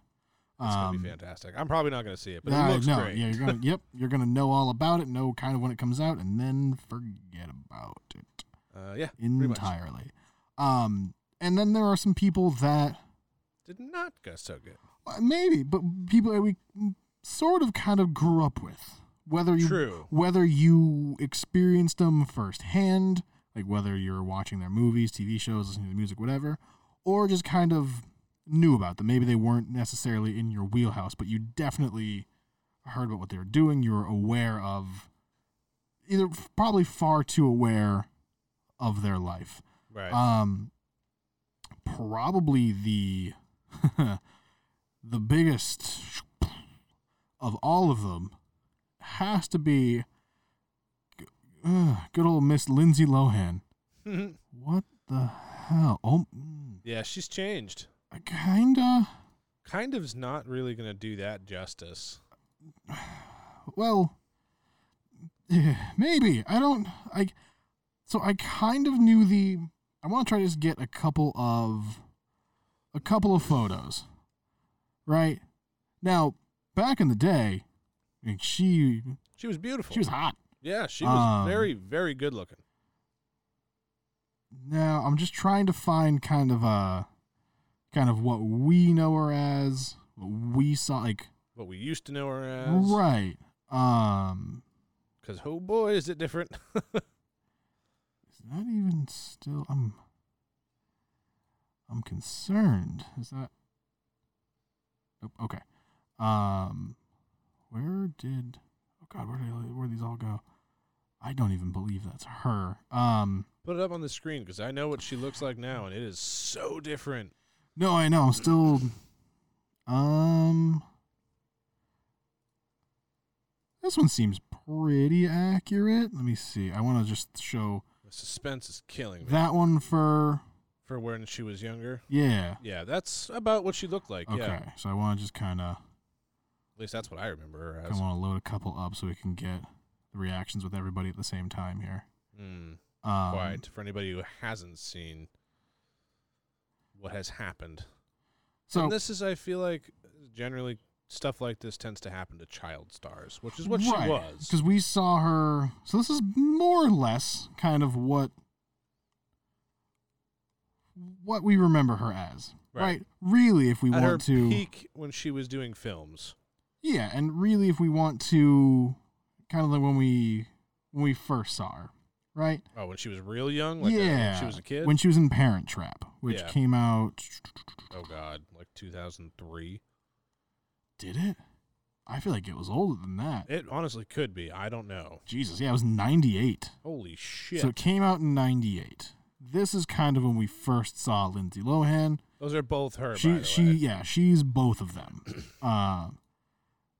A: It's gonna
B: um,
A: be fantastic. I'm probably not gonna see it, but
B: Yeah,
A: it looks
B: no,
A: great.
B: yeah, you're gonna yep, you're gonna know all about it, know kind of when it comes out, and then forget about it
A: Uh, yeah, pretty much.
B: entirely. Um, and then there are some people that
A: Did not go so good.
B: uh, maybe, but people that we sort of kind of grew up with, whether you
A: True.
B: whether you experienced them firsthand, like whether you're watching their movies, TV shows, listening to the music, whatever, or just kind of knew about them. Maybe they weren't necessarily in your wheelhouse, but you definitely heard about what they were doing. You were aware of either probably far too aware of their life.
A: Right.
B: Um, probably the the biggest of all of them has to be uh, good old Miss Lindsay Lohan. What the hell? Oh, mm,
A: yeah, she's changed.
B: I kinda.
A: Kind of's not really gonna do that justice.
B: Well, eh, maybe I don't. I so I kind of knew the. I want to try to just get a couple of a couple of photos, right? Now, back in the day, I mean, she
A: She was beautiful.
B: she was hot.
A: yeah, she was
B: Um,
A: very, very good looking.
B: Now I'm just trying to find kind of a kind of what we know her as, what we saw like
A: What we used to know her as.
B: right. Um,
A: Because oh boy, is it different.
B: Is that even still? I'm. I'm concerned. Is that? Nope. Okay. Um, where did? Oh God, where did I, where these all go? I don't even believe that's her. Um,
A: Put it up on the screen because I know what she looks like now, and it is so different.
B: no, I know. I'm still. Um, this one seems pretty accurate. Let me see. I want to just show
A: The suspense is killing me.
B: that one for
A: For when she was younger.
B: yeah.
A: Yeah, that's about what she looked like.
B: Okay,
A: Yeah, at
B: so I want to just kind of
A: least that's what I remember her
B: I
A: as.
B: want to load a couple up so we can get the reactions with everybody at the same time here.
A: Mm,
B: Um,
A: quiet for anybody who hasn't seen what has happened.
B: So
A: and this is, I feel like, generally stuff like this tends to happen to child stars, which is what she was.
B: Because we saw her. So this is more or less kind of what what we remember her as,
A: Right.
B: right? Really, if we
A: At her
B: want to,
A: peak, when she was doing films,
B: yeah, and really, if we want to, kind of like when we when we first saw her, right?
A: oh, when she was real young, like uh,
B: yeah,
A: when she was a kid.
B: when she was in Parent Trap, which
A: Yeah.
B: came out.
A: oh God, like 2003.
B: Did it? I feel like it was older than that.
A: It honestly could be. I don't know.
B: Jesus, yeah, it was ninety eight.
A: Holy shit!
B: So it came out in 98. This is kind of when we first saw Lindsay Lohan.
A: Those are both her. by
B: She
A: the
B: she
A: way.
B: yeah, she's both of them. uh,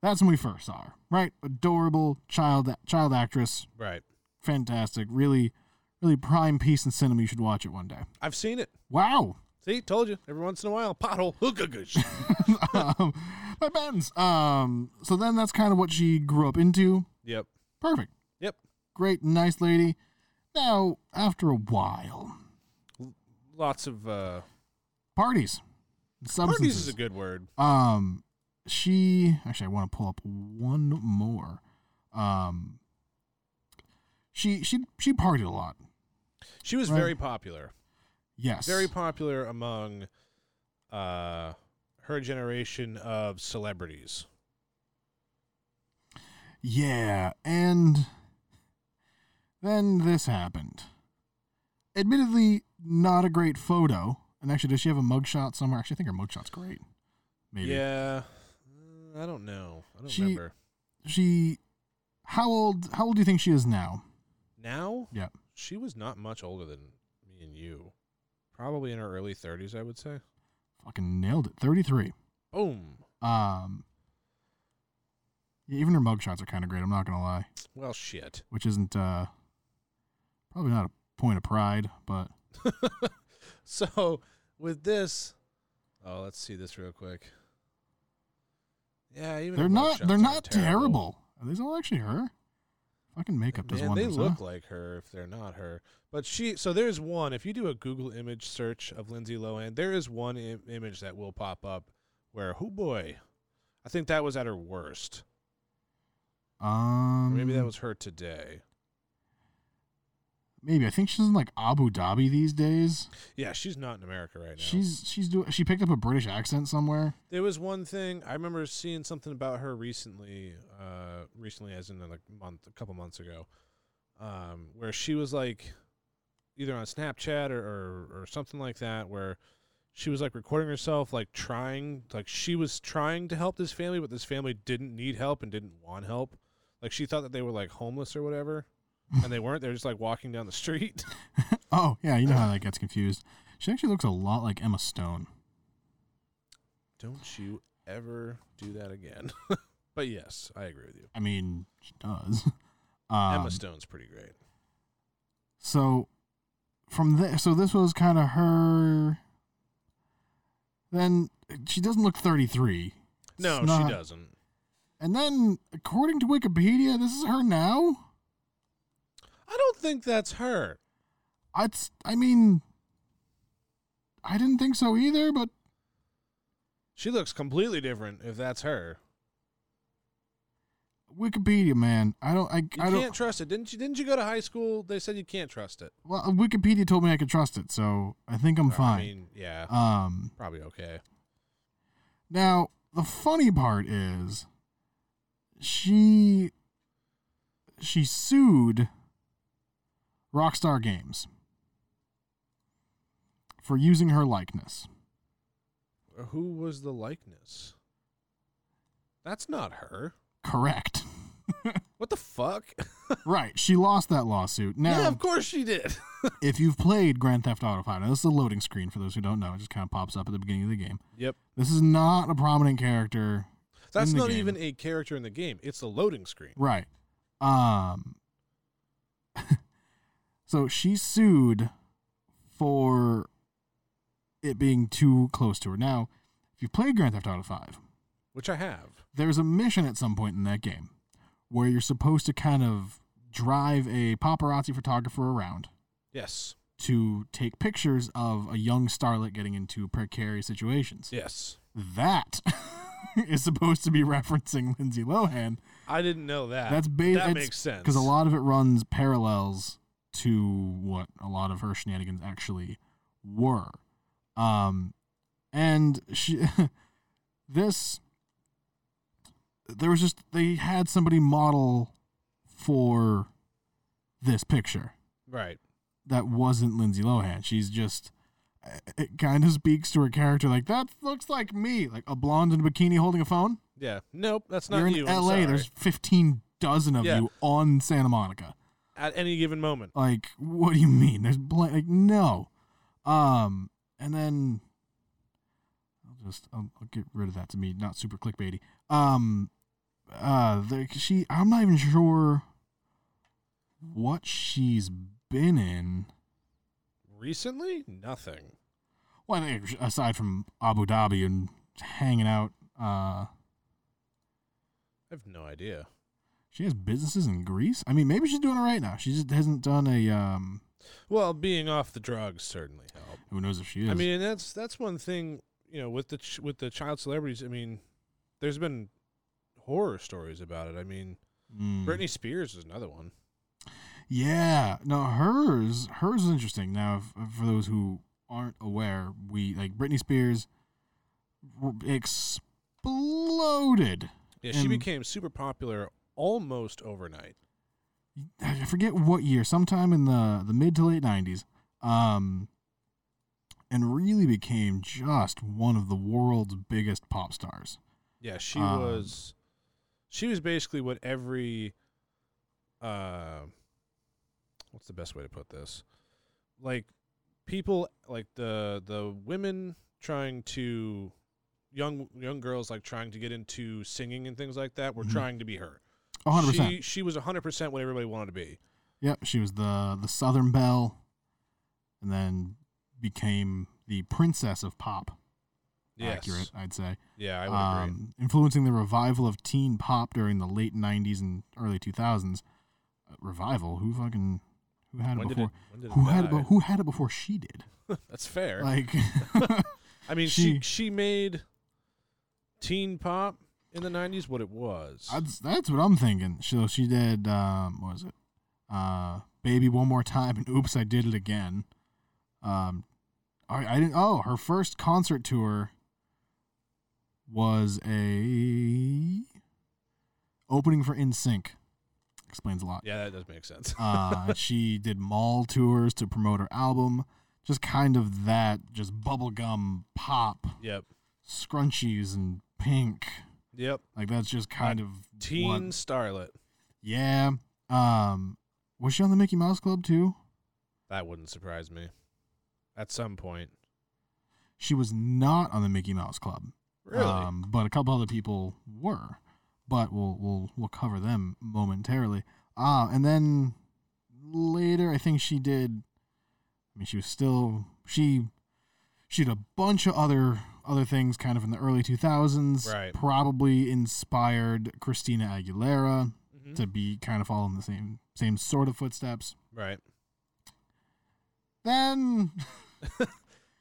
B: that's when we first saw her, right? Adorable child child actress,
A: right.
B: fantastic, really really prime piece in cinema. You should watch it one day.
A: I've seen it.
B: Wow.
A: See, told you. Every once in a while, pothole.
B: um, my bends. Um so then that's kind of what she grew up into.
A: yep.
B: Perfect.
A: Yep.
B: Great, nice lady. Now, after a while,
A: Lots of uh
B: parties.
A: parties is
B: Substances.
A: a good word.
B: Um, she actually, I want to pull up one more. Um, she she she partied a lot.
A: She was
B: Right.
A: very popular.
B: Yes,
A: Very popular among uh her generation of celebrities.
B: yeah, and then this happened. Admittedly, not a great photo. And actually, does she have a mugshot somewhere? Actually, I think her mugshot's great. Maybe
A: Yeah. Mm, I don't know. I don't
B: She-
A: remember.
B: she. How old? How old do you think she is now?
A: Now,
B: Yeah.
A: she was not much older than me and you. Probably in her early 30s, I would say.
B: Fucking nailed it. Thirty-three.
A: Boom.
B: Um, yeah, even her mugshots are kind of great. I'm not gonna lie,
A: Well, shit.
B: which isn't uh, probably not a point of pride, but
A: So with this, oh, let's see this real quick. Yeah, even her
B: they're not
A: mugshots
B: they're
A: are
B: not terrible. Are these all actually her? Fucking makeup does
A: Man, they
B: wonders.
A: look
B: huh?
A: like her if they're not her. But she, so there's one. If you do a Google image search of Lindsay Lohan, there is one Im- image that will pop up where, oh boy, I think that was at her worst. Or
B: um,
A: maybe that was her today.
B: maybe I think she's in like Abu Dhabi these days.
A: Yeah, she's not in America right now.
B: She's she's doing she picked up a British accent somewhere.
A: There was one thing I remember seeing something about her recently, uh, recently as in like a month, a couple months ago, um, where she was like, either on Snapchat or, or or something like that, where she was like recording herself, like trying, like she was trying to help this family, but this family didn't need help and didn't want help. Like she thought that they were like homeless or whatever, and they weren't. They're just like walking down the street.
B: Oh yeah, you know how that gets confused. She actually looks a lot like Emma Stone.
A: Don't you ever do that again? but yes, I agree with you.
B: I mean, she does. Um,
A: Emma Stone's pretty great.
B: So from there, so this was kind of her. Then she doesn't look 33. It's
A: No,
B: not-
A: she doesn't.
B: And then, according to Wikipedia, this is her now.
A: I don't think that's her.
B: It's, I mean, I didn't think so either, but
A: She looks completely different if that's her.
B: Wikipedia, man, I don't, I,
A: You
B: I
A: can't
B: don't.
A: trust it. Didn't you didn't you go to high school? They said you can't trust it.
B: Well, Wikipedia told me I could trust it, so I think I'm
A: I
B: fine.
A: mean, yeah.
B: um,
A: probably okay.
B: Now, the funny part is she she sued Rockstar Games for using her likeness.
A: Who was the likeness? That's not her.
B: Correct.
A: What the fuck?
B: right, she lost that lawsuit. Now,
A: yeah, of course she did.
B: if you've played Grand Theft Auto 5, now this is a loading screen for those who don't know. It just kind of pops up at the beginning of the game.
A: Yep.
B: This is not a prominent character.
A: That's
B: in the
A: not
B: game.
A: even a character in the game. It's a loading screen.
B: Right. Um. so she sued for it being too close to her. Now, if you played Grand Theft Auto 5,
A: Which I have.
B: there's a mission at some point in that game where you're supposed to kind of drive a paparazzi photographer around
A: Yes.
B: to take pictures of a young starlet getting into precarious situations.
A: Yes.
B: That is supposed to be referencing Lindsay Lohan.
A: I didn't know that.
B: That's ba-
A: Ah, That makes sense.
B: because a lot of it runs parallels to what a lot of her shenanigans actually were. Um, and she, this, there was just they had somebody model for this picture
A: Right.
B: that wasn't Lindsay Lohan. She's just it kind of speaks to her character like that looks like me, like a blonde in a bikini holding a phone.
A: Yeah. Nope. That's not
B: You're in
A: you. I'm
B: LA.
A: sorry.
B: There's 15 dozen of
A: Yeah.
B: you on Santa Monica.
A: At any given moment.
B: Like, what do you mean? There's bl- like no. Um, and then I'll just I'll, I'll get rid of that to me. Not super clickbaity. Um, uh, the, she. I'm not even sure what she's been in.
A: Recently? Nothing.
B: Well, I think aside from Abu Dhabi and hanging out, uh,
A: I have no idea.
B: she has businesses in Greece. I mean, maybe she's doing it right now. She just hasn't done a. Um,
A: Well, being off the drugs certainly helped.
B: who knows if she is?
A: I mean, and that's that's one thing, you know, with the ch- with the child celebrities, I mean, there's been horror stories about it. I mean,
B: Mm.
A: Britney Spears is another one.
B: Yeah, no, hers hers is interesting. Now, if, for those who aren't aware, we like Britney Spears w- exploded.
A: Yeah, she
B: And-
A: became super popular almost overnight.
B: I forget what year, sometime in the the mid to late nineties, um, and really became just one of the world's biggest pop stars.
A: Yeah, she
B: Um,
A: was she was basically what every uh what's the best way to put this? Like people like the the women trying to young young girls like trying to get into singing and things like that were
B: Mhm.
A: trying to be her.
B: A hundred
A: She
B: percent.
A: she was 100% what everybody wanted to be.
B: Yep, she was the the Southern Belle, and then became the princess of pop.
A: Yes.
B: Accurate, I'd say.
A: Yeah, I would agree.
B: um, influencing the revival of teen pop during the late '90s and early 2000s. Uh, revival? Who fucking who had it
A: When did
B: before?
A: it- when did it
B: who had it?
A: die?
B: be- Who had it before she did?
A: That's fair.
B: Like,
A: I mean, she,
B: she-
A: she made teen pop in the 90s what it was.
B: that's, that's what I'm thinking. So she did. Um, what was it? Uh, Baby, one more time, and oops, I did it again. Um, I, I didn't. Oh, her first concert tour was a opening for In Sync. Explains a lot.
A: yeah, that does make sense.
B: uh, she did mall tours to promote her album. Just kind of that, just bubblegum pop,
A: Yep.
B: scrunchies and pink.
A: Yep.
B: Like that's just kind of
A: Uh, Teen
B: what-
A: starlet.
B: yeah. Um, was she on the Mickey Mouse Club too?
A: That wouldn't surprise me. At some point.
B: She was not on the Mickey Mouse Club.
A: Really?
B: Um, but a couple other people were. But we'll we'll we'll cover them momentarily. Ah, and then later, I think she did. I mean, she was still she she did a bunch of other other things, kind of in the early two thousands.
A: Right.
B: Probably inspired Christina Aguilera
A: Mm-hmm.
B: to be kind of following the same same sort of footsteps.
A: right.
B: Then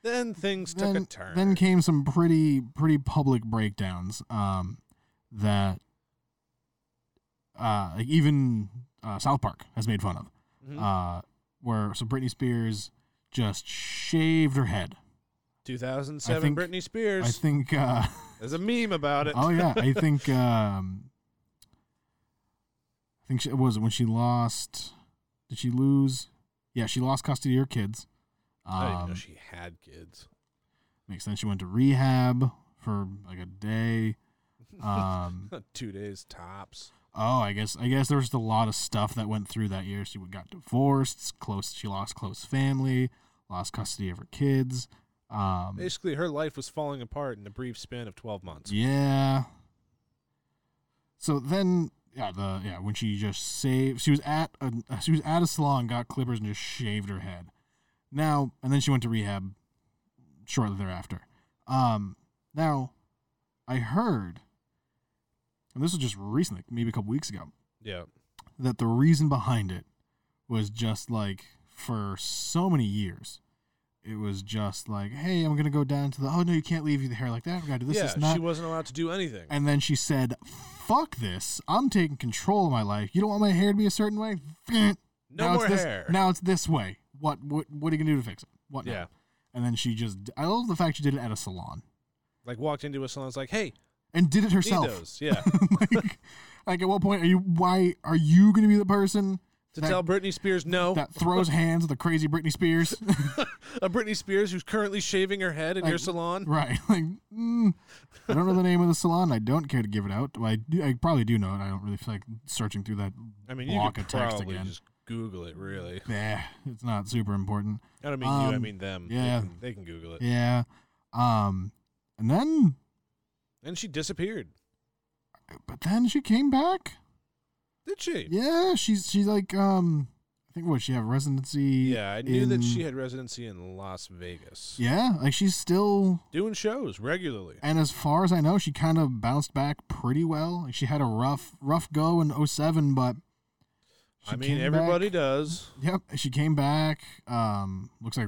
A: Then things took
B: then,
A: a turn.
B: then came some pretty pretty public breakdowns um, that uh, like even uh, South Park has made fun of,
A: Mm-hmm.
B: uh, where so Britney Spears just shaved her head.
A: 2007
B: I think-
A: Britney Spears.
B: I think. Uh,
A: There's a meme about it.
B: oh yeah, I think. Um, I think she, was it when she lost. Did she lose? Yeah, she lost custody of her kids.
A: I didn't even know
B: Um,
A: she had kids.
B: Makes sense. She went to rehab for like a day. Um,
A: Two days tops.
B: uh, Oh, I guess I guess there was just a lot of stuff that went through that year. She got divorced, close she lost close family, lost custody of her kids. Um,
A: Basically, her life was falling apart in the brief span of 12 months.
B: yeah. So then, yeah, the yeah when she just saved, she was at a she was at a salon, got clippers, and just shaved her head. Now and then she went to rehab shortly thereafter. Um, now, I heard, and this was just recently, maybe a couple weeks ago.
A: Yeah.
B: that the reason behind it was just like for so many years, it was just like, hey, I'm gonna go down to the. Oh no, you can't leave your hair like that. We gotta do this.
A: yeah,
B: this, not.
A: she wasn't allowed to do anything.
B: and then she said, "Fuck this! I'm taking control of my life. You don't want my hair to be a certain way. No
A: No more hair.
B: Now it's this way. What? What? What are you gonna do to fix it? What? now?
A: Yeah.
B: And then she just. I love the fact she did it at a salon
A: Like, walked into a salon and was like, hey,
B: and did it
A: need
B: herself.
A: those. Yeah.
B: like, like, at what point are you? Why are you gonna be the person?
A: to
B: that-
A: tell Britney Spears no.
B: that throws hands with the crazy Britney Spears.
A: a Britney Spears who's currently shaving her head in your
B: Like,
A: salon.
B: right. Like, mm, I don't know the name of the salon. I don't care to give it out. I, do, I probably do know it. I don't really feel like searching through that
A: I mean, you
B: block
A: could
B: of text
A: probably
B: again.
A: just Google it, really.
B: Bah, it's not super important.
A: I don't mean you, I
B: Um,
A: mean them. They
B: yeah.
A: can- They can, Google it.
B: Yeah. Um, and then,
A: And she disappeared.
B: but then she came back.
A: Did she?
B: Yeah, she's she's like um, I think what she have residency.
A: Yeah, I knew
B: in-
A: that she had residency in Las Vegas.
B: Yeah, like she's still
A: Doing shows regularly.
B: And as far as I know, she kind of bounced back pretty well. Like, She had a rough, rough go in 07, but she
A: I mean,
B: came
A: everybody
B: Back,
A: does.
B: yep, she came back. Um, looks like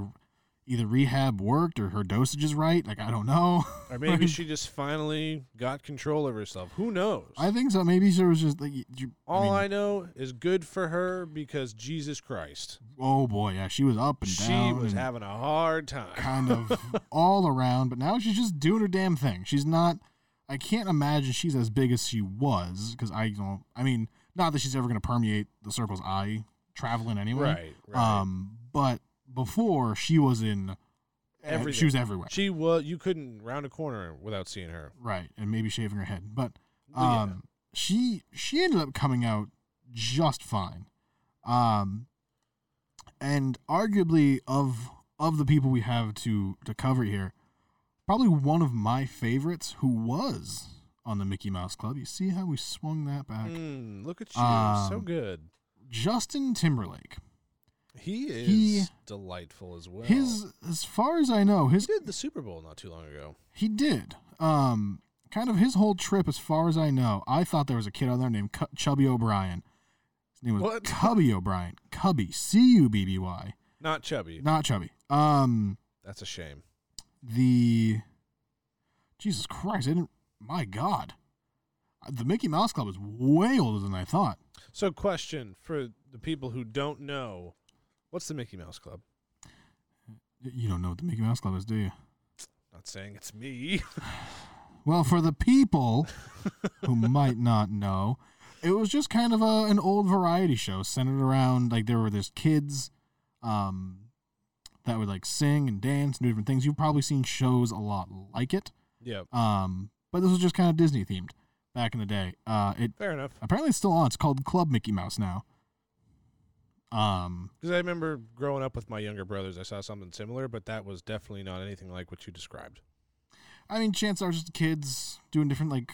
B: either rehab worked or her dosage is right. Like I don't know.
A: Or maybe she just finally got control of herself. Who knows?
B: I think so. Maybe she was just like, you- you-
A: All I,
B: mean,
A: know is good for her because Jesus Christ.
B: oh boy, yeah, she was up and down.
A: She was
B: and
A: having a hard time.
B: kind of all around, but now she's just doing her damn thing. She's not. I can't imagine she's as big as she was because I don't. I mean, not that she's ever going to permeate the circles I travel in anyway.
A: Right, right.
B: Um, but before she was in, eh,
A: Everything.
B: she was everywhere.
A: She was you couldn't round a corner without seeing her.
B: right, and maybe shaving her head, but um,
A: Yeah.
B: she she ended up coming out just fine. Um, and arguably of of the people we have to to cover here, probably one of my favorites who was on the Mickey Mouse Club. You see how we swung that back?
A: Mm, look at you. so
B: Um,
A: good.
B: Justin Timberlake.
A: He is
B: he-
A: delightful as well.
B: His as far as I know,
A: he
B: his
A: did the Super Bowl not too long ago.
B: he did. Um, kind of his whole trip, as far as I know. I thought there was a kid on there named Cu- Chubby O'Brien. His name was
A: What?
B: Cubby O'Brien. Cubby, C U B B Y.
A: Not chubby.
B: Not chubby. Um,
A: That's a shame.
B: the Jesus Christ! I didn't. My God, the Mickey Mouse Club is way older than I thought.
A: So question for the people who don't know, what's the Mickey Mouse Club?
B: You don't know what the Mickey Mouse Club is, do you?
A: Not saying it's me.
B: Well, for the people who might not know, it was just kind of a, an old variety show centered around like there were this kids um, that would like sing and dance and do different things. You've probably seen shows a lot like it,
A: yeah.
B: um, but this was just kind of Disney themed back in the day. Uh, it
A: Fair enough.
B: apparently it's still on. It's called Club Mickey Mouse now. Um,
A: Because I remember growing up with my younger brothers, I saw something similar, but that was definitely not anything like what you described.
B: I mean, chance are just kids doing different like.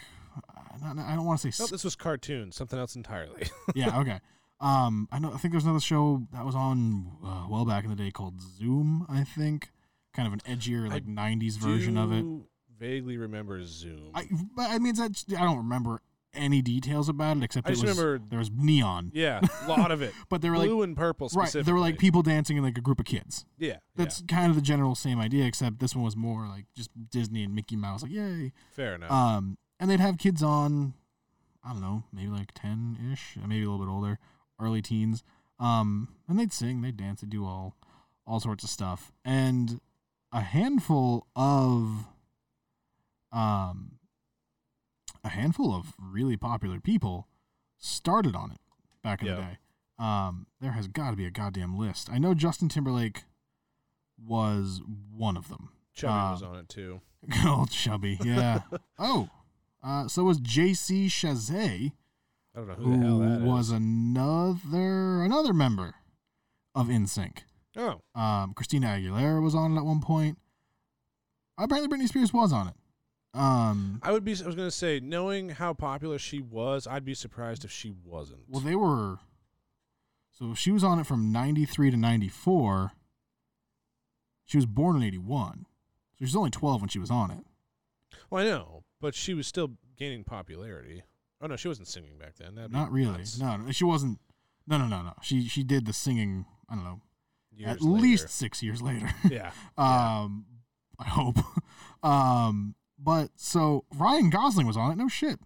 B: I don't- I don't want to say
A: No, this was cartoon, something else entirely.
B: yeah, okay. Um, I know. I think there's another show that was on uh, well back in the day called Zoom. I think kind of an edgier,
A: I
B: like '90s version of it.
A: Do Vaguely remember Zoom.
B: I, but I mean, that's, I don't remember any details about it except
A: I
B: it
A: just
B: was
A: remember-
B: there was neon.
A: yeah, a lot of it.
B: But they were like
A: Blue and purple
B: right,
A: specifically.
B: there were like people dancing in like a group of kids.
A: Yeah,
B: That's kind of the general same idea, except this one was more like just Disney and Mickey Mouse, like yay.
A: yeah, fair enough.
B: Um, and they'd have kids on, I don't know, maybe like ten ish, maybe a little bit older, early teens. Um, and they'd sing, they'd dance, they'd do all, all sorts of stuff, and a handful of, um, a handful of really popular people started on it back in the
A: Yeah.
B: day. Um, there has got to be a goddamn list. I know Justin Timberlake was one of them.
A: Chubby was
B: um,
A: on it too.
B: Good old chubby, yeah. oh, uh, so was J.C. Chazet,
A: I don't know who the hell
B: who
A: that is.
B: was another another member of InSync.
A: Oh,
B: Um, Christina Aguilera was on it at one point. Apparently, Britney Spears was on it. Um,
A: I would be. I was gonna say, knowing how popular she was, I'd be surprised if she wasn't.
B: well, they were. So she was on it from '93 to '94. She was born in '81, so she was only 12 when she was on it.
A: Well, I know, but she was still gaining popularity. Oh no, she wasn't singing back then. That'd be
B: Not really.
A: nuts.
B: No, no, she wasn't. No, no, no, no. She she did the singing. I don't know.
A: Years
B: at
A: later.
B: least six years later.
A: Yeah.
B: Um, I hope. um, but so Ryan Gosling was on it. No shit.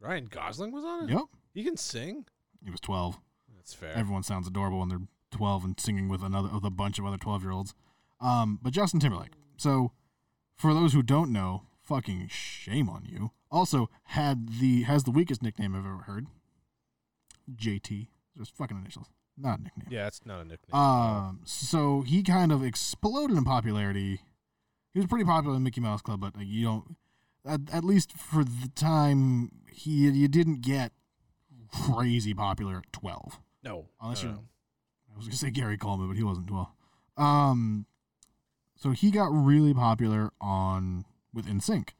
A: Ryan Gosling was on it.
B: Yep.
A: He can sing.
B: He was 12.
A: That's fair.
B: Everyone sounds adorable when they're 12 and singing with another with a bunch of other 12 year olds. Um, but Justin Timberlake. So for those who don't know, fucking shame on you. Also had the has the weakest nickname I've ever heard. JT. Just fucking initials, not a nickname.
A: yeah, that's not a nickname.
B: Um, so he kind of exploded in popularity. He was pretty popular in Mickey Mouse Club, but like, you don't, at, at least for the time, he you didn't get crazy popular at twelve.
A: no. Uh,
B: Unless
A: no,
B: you,
A: no.
B: I was gonna say Gary Coleman, but he wasn't twelve. Um, so he got really popular on with NSYNC,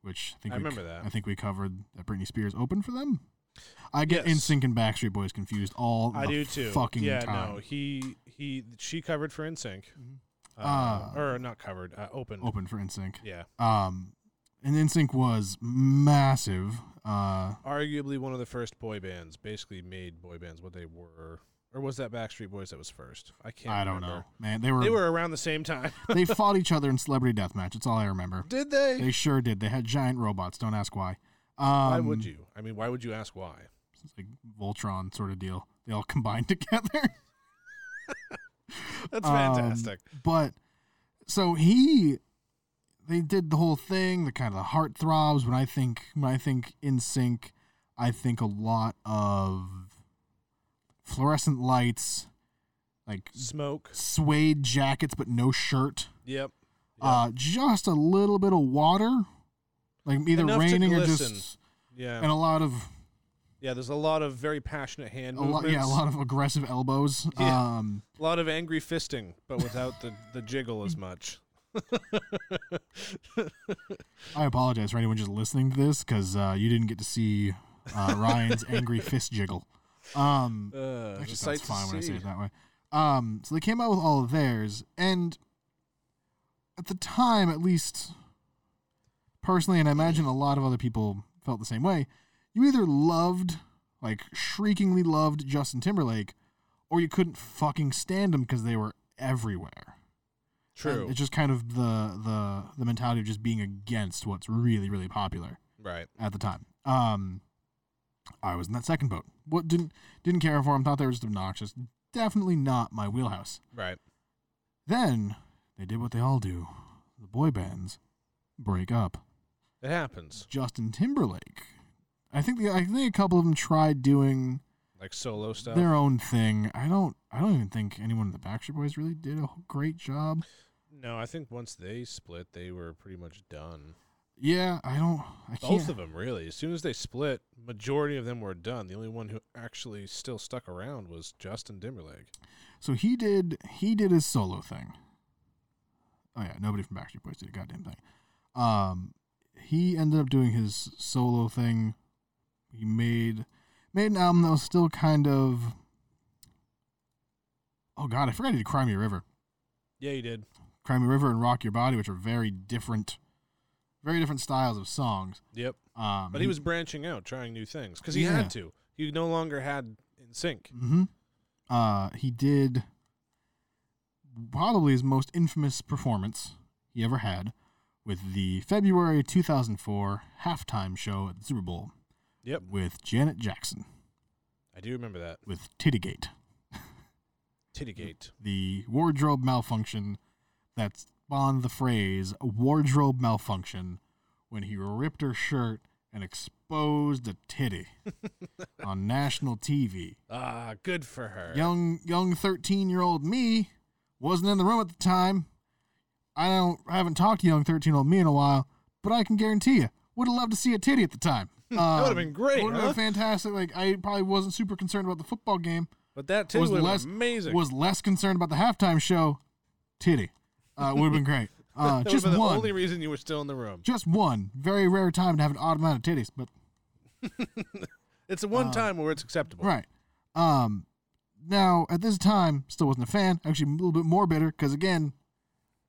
B: which I think
A: I
B: we,
A: remember that.
B: I think we covered that Britney Spears opened for them. I get
A: Yes.
B: NSYNC and Backstreet Boys confused all
A: I
B: the
A: do too.
B: fucking
A: yeah,
B: time. Mm-hmm.
A: no. He he. She covered for NSYNC. Uh,
B: Uh,
A: or not covered. Uh, opened.
B: open for NSYNC.
A: Yeah.
B: Um, and NSYNC was massive. Uh,
A: Arguably one of the first boy bands. Basically made boy bands what they were. Or was that Backstreet Boys that was first? I can't.
B: I don't know,
A: remember.
B: man. They were
A: They
B: they,
A: were around the same time.
B: fought each other in Celebrity Deathmatch. It's all I remember.
A: Did they?
B: They sure did. They had giant robots. Don't ask why. Um,
A: why would you? I mean, why would you ask why?
B: It's like Voltron sort of deal. They all combined together.
A: That's
B: Um,
A: fantastic.
B: But so he, they did the whole thing. The kind of the heart throbs. When I think when I think in sync, I think a lot of fluorescent lights, like
A: Smoke.
B: suede jackets but no shirt.
A: Yep.
B: Uh, just a little bit of water, like either
A: Enough to
B: raining or
A: glisten.
B: just,
A: Yeah.
B: and a lot of
A: yeah. There's a lot of very passionate hand
B: a lot,
A: movements.
B: yeah, a lot of aggressive elbows.
A: Yeah.
B: Um,
A: A lot of angry fisting, but without the, the jiggle as much.
B: I apologize for anyone just listening to this because uh, you didn't get to see uh, Ryan's angry fist jiggle. Um,
A: Uh,
B: Actually,
A: it's a
B: sounds
A: sight to
B: fine when I say it
A: see.
B: that way. Um, so they came out with all of theirs, and at the time, at least personally, and I imagine a lot of other people felt the same way. You either loved, like, shriekingly loved Justin Timberlake, or you couldn't fucking stand him because they were everywhere.
A: True.
B: It's Um, just kind of the the the mentality of just being against what's really really popular
A: right.
B: at the time. Um, I was in that second boat. What didn't didn't care for them. Thought they were just obnoxious. Definitely not my wheelhouse.
A: Right.
B: Then they did what they all do. The boy bands break up.
A: It happens.
B: Justin Timberlake. I think the, I think a couple of them tried doing
A: Like solo stuff.
B: their own thing. I don't I don't even think anyone in the Backstreet Boys really did a great job.
A: no, I think once they split, they were pretty much done.
B: Yeah, I don't. I can't.
A: Both of them, really. As soon as they split, majority of them were done. The only one who actually still stuck around was Justin Timberlake.
B: So he did he did his solo thing. Oh yeah, nobody from Backstreet Boys did a goddamn thing. Um, he ended up doing his solo thing. He made made an album that was still kind of. Oh god, I forgot he did "Cry Me a River."
A: Yeah, he did.
B: "Cry Me a River" and "Rock Your Body," which are very different, very different styles of songs.
A: Yep.
B: Um,
A: But he was branching out, trying new things because he
B: Yeah.
A: had to. He no longer had in sync.
B: hmm Uh, he did probably his most infamous performance he ever had with the February 2004 halftime show at the Super Bowl
A: Yep,
B: with Janet Jackson
A: I do remember that.
B: with Tittygate,
A: Tittygate.
B: the wardrobe malfunction that spawned the phrase wardrobe malfunction when he ripped her shirt and exposed a titty on national TV.
A: Ah, good for her.
B: young young 13 year old me wasn't in the room at the time i don't I haven't talked to young 13 year old me in a while but i can guarantee you would have loved to see a titty at the time Um,
A: that would have been great,
B: Would've been
A: huh?
B: fantastic. Like I probably wasn't super concerned about the football game.
A: But that too
B: was
A: was
B: less
A: amazing.
B: Was less concerned about the halftime show. Titty, uh, would have been great. Uh,
A: that
B: just
A: would have been
B: one,
A: the only reason you were still in the room.
B: just one. Very rare time to have an odd amount of titties, but
A: It's the one time where it's acceptable.
B: Uh, Right. Um. Now, at this time, still wasn't a fan. Actually, a little bit more bitter because again,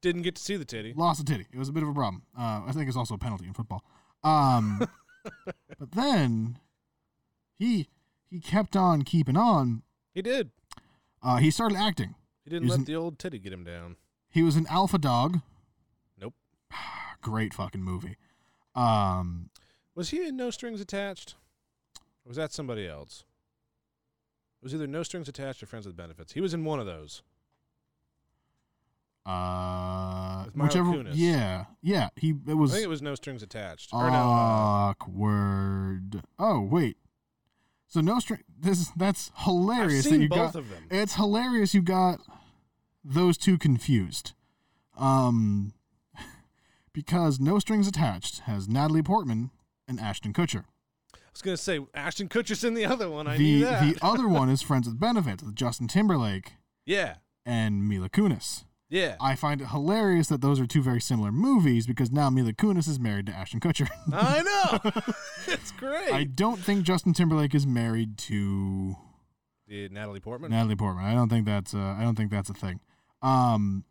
A: Didn't get to see the titty.
B: lost a titty. It was a bit of a problem. Uh, I think it's also a penalty in football. Um. but then, he he kept on keeping on.
A: He did.
B: Uh, he started acting.
A: He didn't
B: He's
A: let
B: an-
A: the old titty get him down.
B: He was an alpha dog.
A: Nope.
B: Great fucking movie. Um.
A: Was he in No Strings Attached? Or was that somebody else? It was either No Strings Attached or Friends with Benefits. He was in one of those.
B: Uh.
A: With Milo
B: Whichever.
A: Kunis.
B: Yeah. Yeah. He. It
A: I
B: was. Ah.
A: think it was No Strings Attached. Or no, uh,
B: Awkward. Oh wait. So no string. This is that's
A: I've
B: hilarious. that
A: seen
B: you
A: both
B: got,
A: of them.
B: It's hilarious you got those two confused. Um, because no strings attached has Natalie Portman and Ashton Kutcher.
A: I was gonna say Ashton Kutcher's in the other one. I
B: the
A: knew that.
B: the other one is Friends with Benefits with Justin Timberlake
A: yeah,
B: and Mila Kunis.
A: yeah.
B: I find it hilarious that those are two very similar movies because now Mila Kunis is married to Ashton Kutcher.
A: I know. it's great.
B: I don't think Justin Timberlake is married to
A: Yeah, Natalie Portman.
B: Natalie Portman. I don't think that's uh, I don't think that's a thing. Um,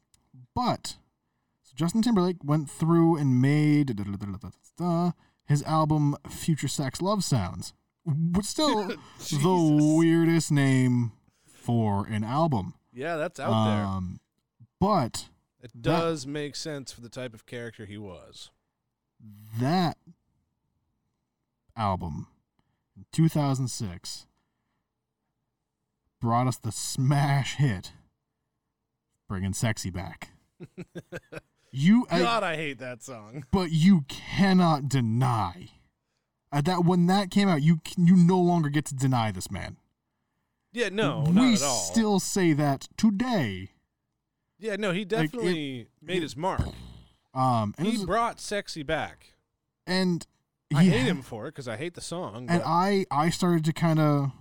B: but so Justin Timberlake went through and made his album Future Sex Love Sounds, which still the
A: Jesus.
B: weirdest name for an album.
A: yeah, that's out there.
B: um, but
A: It does make sense for the type of character he was.
B: that album in 2006 brought us the smash hit bringing sexy back you I-
A: God, I hate that song.
B: but you cannot deny at that when that came out you c- you no longer get to deny this man
A: Yeah, no,
B: we
A: not at all.
B: still say that today
A: yeah, no, he
B: it-
A: definitely made his mark.
B: um and,
A: He
B: this-
A: brought sexy back.
B: and
A: I
B: yeah,
A: hate him for it because I hate the song.
B: and
A: but
B: I I started to kind of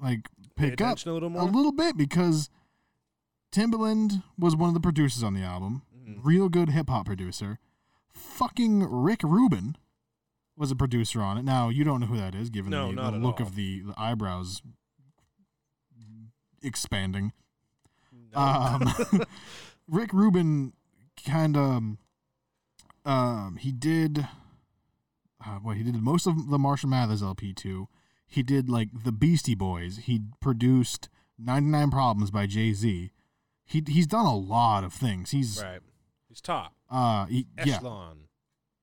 B: like
A: Pay
B: pick up
A: attention a little more?
B: bit because Timbaland was one of the producers on the album,
A: Mm-hmm.
B: real good hip hop producer. Fucking Rick Rubin was a producer on it. Now you don't know who that is, given
A: No,
B: the,
A: not
B: the
A: at
B: look
A: all.
B: of the, the eyebrows expanding.
A: no.
B: Um, Rick Rubin kind of um, he did uh, what he did most of the Marshall Mathers LP too. He did like the Beastie Boys. He produced 99 Problems by Jay Z. He he's done a lot of things. He's
A: right, he's top
B: uh he, yeah.
A: echelon.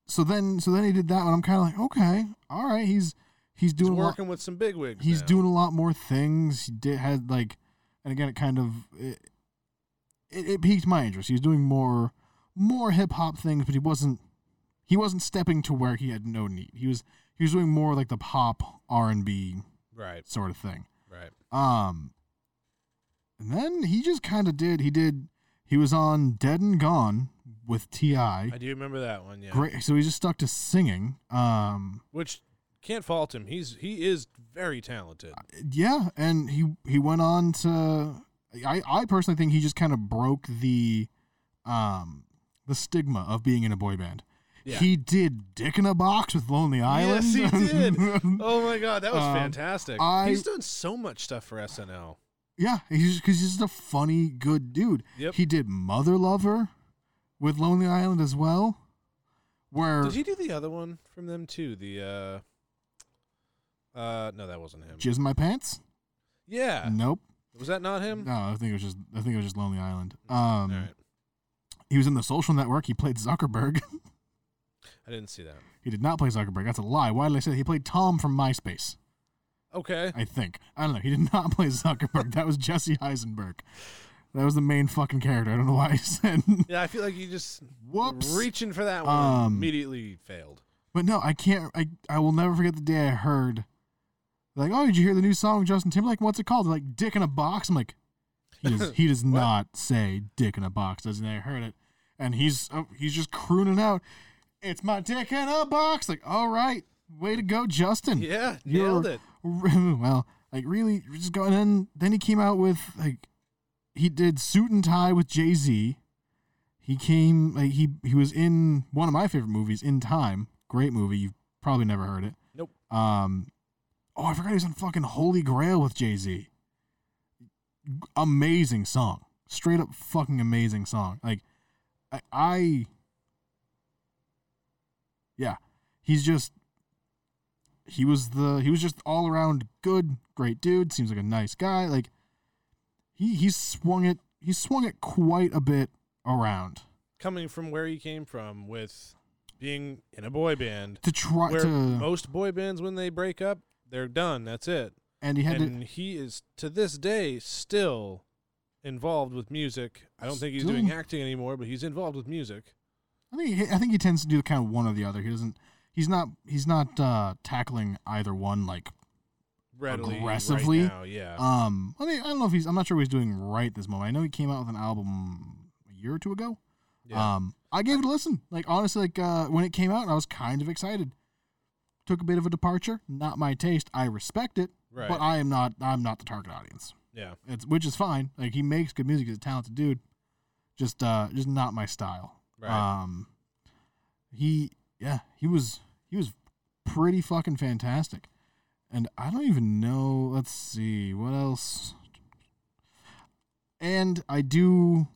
B: So then so then he did that one. I'm kind of like okay, all right. He's he's
A: He's
B: doing a lot-
A: working with some big wigs.
B: he's
A: now.
B: doing a lot more things. He did had like, and again, it kind of it, it, it piqued my interest. He was doing more more hip hop things, but he wasn't he wasn't stepping to where he had no need. He was he was doing more like the pop R and B
A: right,
B: sort of thing.
A: right.
B: Um, and then he just kind of did. He did. He was on Dead and Gone with Ti.
A: I do remember that one. Yeah,
B: Great. So he just stuck to singing. Um,
A: which can't fault him. He's he is very talented.
B: yeah and he he went on to i i personally think he just kind of broke the um the stigma of being in a boy band
A: Yeah.
B: he did dick in a box with lonely island
A: Yes, he did. oh my god, that was
B: Um,
A: fantastic.
B: I-
A: he's done so much stuff for SNL.
B: yeah he's just because he's just a funny good dude
A: Yep.
B: he did mother lover with lonely island as well where
A: Did he do the other one from them too? The uh, uh, no, that wasn't him.
B: jizz in my pants
A: yeah,
B: nope
A: was that not him?
B: no i think it was just i think it was just lonely island um
A: All right,
B: he was in the social network he played zuckerberg
A: I didn't see that.
B: He did not play Zuckerberg. That's a lie. Why did I say that? He played Tom from MySpace,
A: Okay,
B: I think. I don't know. He did not play Zuckerberg. That was Jesse Eisenberg. That was the main fucking character. I don't know why I said.
A: yeah, I feel like you just
B: Whoops.
A: reaching for that one and
B: Um,
A: immediately failed.
B: But no, I can't. I, I will never forget the day I heard, like, oh, did you hear the new song, Justin Timberlake? What's it called? They're like, Dick in a Box. I'm like, he does, he does not say Dick in a Box, doesn't he? I heard it. And he's oh, he's just crooning out, it's my dick in a box. Like, all right, Way to go, Justin.
A: Yeah,
B: You're-
A: nailed it.
B: well, like really, you're just going in. Then he came out with like he did suit and tie with Jay Z. He came like he he was in one of my favorite movies, In Time. Great movie. You've probably never heard it.
A: Nope.
B: Um, oh, I forgot he was on fucking Holy Grail with Jay Z. Amazing song, straight up fucking amazing song. Like, I, I yeah, he's just he was the he was just all around good, great dude. Seems like a nice guy. Like he he swung it he swung it quite a bit around
A: Coming from where he came from with being in a boy band,
B: to try
A: where
B: to
A: most boy bands, when they break up, they're done. That's it.
B: and he had to
A: and he is to this day still involved with music. I don't think he's
B: Still?
A: doing acting anymore, but he's involved with music.
B: I think he, I think he tends to do kind of one or the other. He doesn't. He's not. He's not uh, tackling either one. Like,
A: Readily right
B: Aggressively?
A: now, yeah.
B: um, I mean, I don't know if he's. I'm not sure what he's doing right this moment. I know he came out with an album a year or two ago.
A: yeah.
B: Um, I gave it a listen. Like honestly, like uh, when it came out, I was kind of excited. Took a bit of a departure. Not my taste. I respect it,
A: Right.
B: but I am not. I'm not the target audience.
A: yeah.
B: It's which is fine. Like he makes good music. He's a talented dude. Just uh, just not my style.
A: Right.
B: Um, he yeah he was he was pretty fucking fantastic, and I don't even know. Let's see what else. And I do.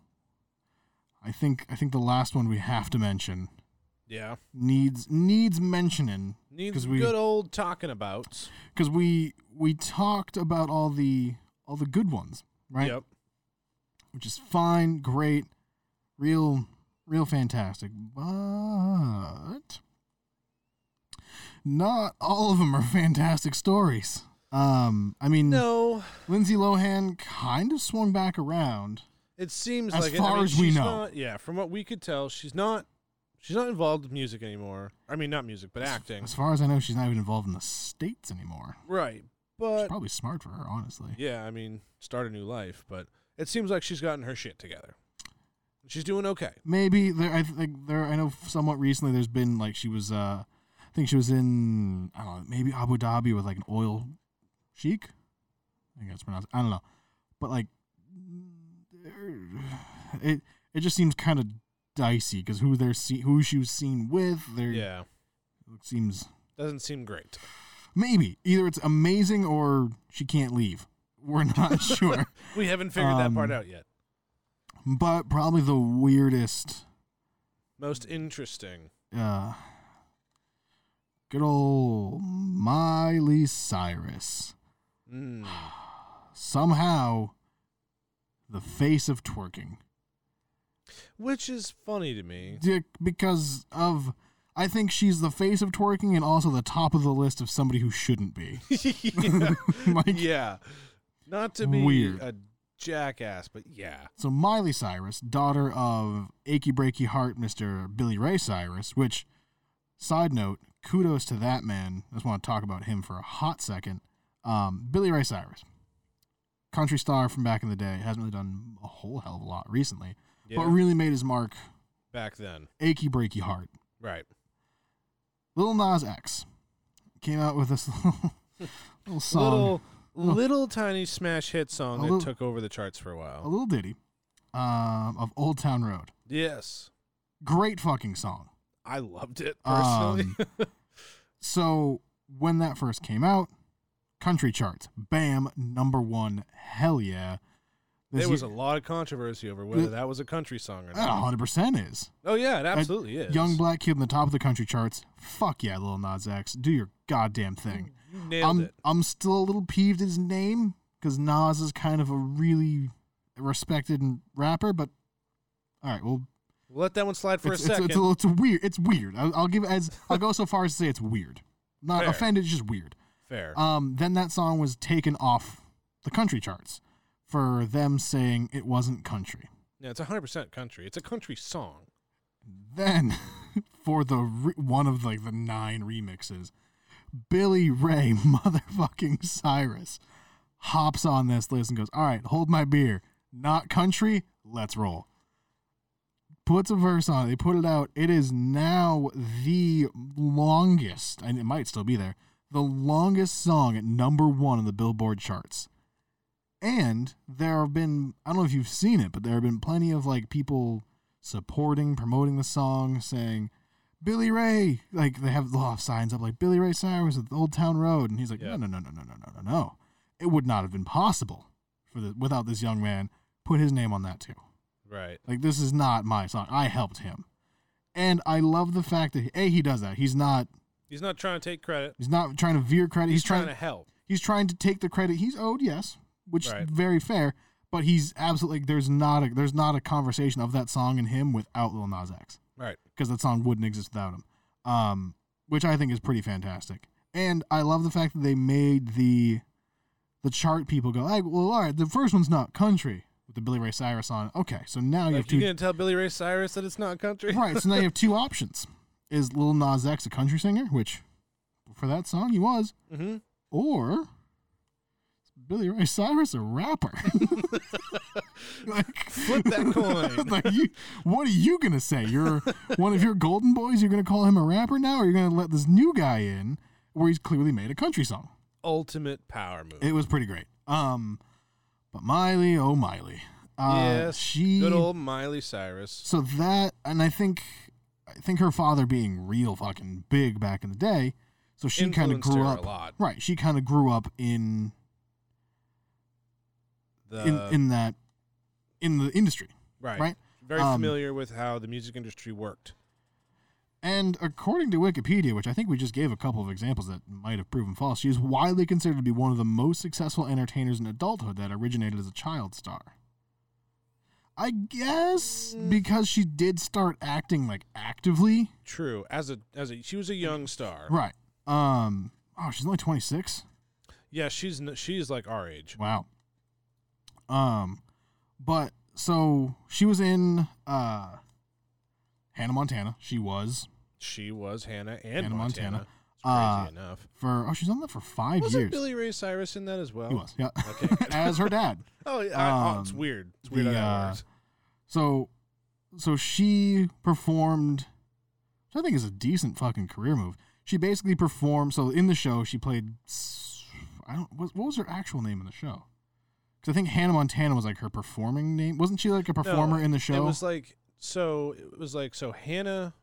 B: I think I think the last one we have to mention
A: Yeah.
B: needs needs mentioning
A: Needs
B: 'Cause we-
A: good old talking about.
B: because we we talked about all the all the good ones right
A: Yep.
B: which is fine, great, real, real fantastic. But not all of them are fantastic stories. Um, I mean,
A: No.
B: Lindsay Lohan kind of swung back around.
A: It seems
B: As
A: like it. I
B: far
A: mean,
B: as we
A: she's
B: know.
A: not- yeah, from what we could tell, she's not she's not involved with music anymore. I mean not music, but acting.
B: As far as I know, she's not even involved in the states anymore.
A: Right.
B: It's
A: But
B: probably smart for her, honestly.
A: yeah, I mean, start a new life, but it seems like she's gotten her shit together. She's doing okay.
B: Maybe there. I think there. I know somewhat recently. There's been like she was. uh I think she was in. I don't know. Maybe Abu Dhabi with like an oil sheik. I think that's pronounced. I don't know. But like, it it just seems kind of dicey because who they're see, who she was seen with. There
A: Yeah.
B: it seems
A: Doesn't seem great.
B: maybe either it's amazing or she can't leave. We're not sure.
A: We haven't figured that part
B: Um,
A: out yet.
B: But probably the weirdest.
A: Most interesting.
B: uh, good old Miley Cyrus.
A: Mm.
B: Somehow, the face of twerking.
A: Which is funny to me.
B: Dick, because of, I think she's the face of twerking and also the top of the list of somebody who shouldn't be.
A: yeah.
B: Like-
A: yeah. Not to be
B: Weird.
A: a jackass, but yeah.
B: So Miley Cyrus, daughter of achy breaky heart Mr. Billy Ray Cyrus, which side note, kudos to that man. I just want to talk about him for a hot second. Um, Billy Ray Cyrus, country star from back in the day, hasn't really done a whole hell of a lot recently, but
A: Yeah.
B: really made his mark.
A: Back then.
B: Achy breaky heart.
A: Right.
B: Lil Nas X came out with this little, little song.
A: Little little tiny smash hit song
B: A
A: that
B: little-
A: took over the charts for a
B: a
A: while.
B: little ditty um, of Old Town Road.
A: Yes.
B: Great fucking song.
A: I loved it personally.
B: Um, so when that first came out, country charts, bam, number one, hell yeah.
A: there was a
B: year-
A: lot of controversy over whether that was a country song or
B: that
A: not.
B: 100% Ah, is.
A: Oh yeah, it absolutely
B: A
A: is.
B: Young black kid in the top of the country charts. Fuck yeah, Lil Nas X. Do your goddamn thing.
A: you Mm, nailed
B: I'm,
A: it.
B: I'm still a little peeved at his name because Nas is kind of a really respected rapper, but all right, well,
A: Let that one slide for
B: it's,
A: a second.
B: It's, it's, a little, it's weird. It's weird. I'll, I'll give as I'll go so far as to say it's weird. Not
A: Fair.
B: offended, just weird.
A: Fair.
B: Um, then that song was taken off the country charts for them saying it wasn't country.
A: yeah, it's 100% country. It's a country song.
B: Then, for the re- one of like the nine remixes, Billy Ray motherfucking Cyrus hops on this list and goes, "All right, hold my beer. Not country. Let's roll." puts a verse on it. They put it out. It is now the longest, and it might still be there, the longest song at number one in the Billboard charts. And there have been, I don't know if you've seen it, but there have been plenty of like people supporting, promoting the song, saying, Billy Ray, like they have law signs up like Billy Ray Cyrus at the Old Town Road. And he's like,
A: Yeah.
B: no, no, no, no, no, no, no, no, no. It would not have been possible for the, without this young man put his name on that too.
A: Right.
B: Like this is not my song. I helped him, and I love the fact that a he does that. He's not
A: He's not trying to take credit.
B: he's not trying to veer credit.
A: He's,
B: He's,
A: trying,
B: trying,
A: to help.
B: he's trying to take the credit he's owed. Yes, which
A: Right.
B: very fair. But he's absolutely like, there's not a there's not a conversation of that song and him without Lil Nas X
A: Right.
B: because that song wouldn't exist without him. Um, which I think is pretty fantastic. And I love the fact that they made the the chart people go, like, well, all right, the first one's not country with the Billy Ray Cyrus on. it. Okay, so now you have
A: Like,
B: two
A: you gonna tell Billy Ray Cyrus that it's not country?
B: right. So now you have two options: is Lil Nas X a country singer, which for that song he was,
A: Mm-hmm.
B: or is Billy Ray Cyrus a rapper? like,
A: Flip that coin.
B: like you, what are you gonna say? You're one of your golden boys. You're gonna call him a rapper now, or you're gonna let this new guy in where he's clearly made a country song?
A: Ultimate power move.
B: It was pretty great. Um, but Miley, oh Miley, uh,
A: yes.
B: she
A: Good old Miley Cyrus.
B: so that, and I think, I think her father being real fucking big back in the day, so she kind of
A: Influenced
B: grew
A: her a
B: up.
A: lot.
B: Right, she kind of grew up in
A: The,
B: in in that in the industry,
A: right.
B: right?
A: Very
B: Um,
A: familiar with how the music industry worked.
B: And according to Wikipedia, which I think we just gave a couple of examples that might have proven false, she is widely considered to be one of the most successful entertainers in adulthood that originated as a child star. I guess
A: Mm.
B: because she did start acting like actively,
A: True. As a as a she was a young star.
B: right? Um, oh, she's only twenty six.
A: Yeah, she's n- she's like our age.
B: Wow. Um, but so she was in uh Hannah Montana. She was
A: She was Hannah and Montana.
B: Hannah Montana.
A: It's crazy
B: Uh,
A: enough.
B: for oh she's on that for 5
A: Wasn't
B: years.
A: Billy Ray Cyrus in that as well?
B: he was, yeah,
A: Oh, Okay. good.
B: as her dad.
A: oh, yeah, I- oh, it's
B: Um,
A: weird. It's weird
B: the,
A: how that
B: uh,
A: works.
B: So, so she performed, which I think is a decent fucking career move. She basically performed. So in the show, she played. s- I don't. What, what was her actual name in the show? Because I think Hannah Montana was like her performing name. Wasn't she like a
A: No,
B: performer in the show?
A: It was like so. It was like so. Hannah,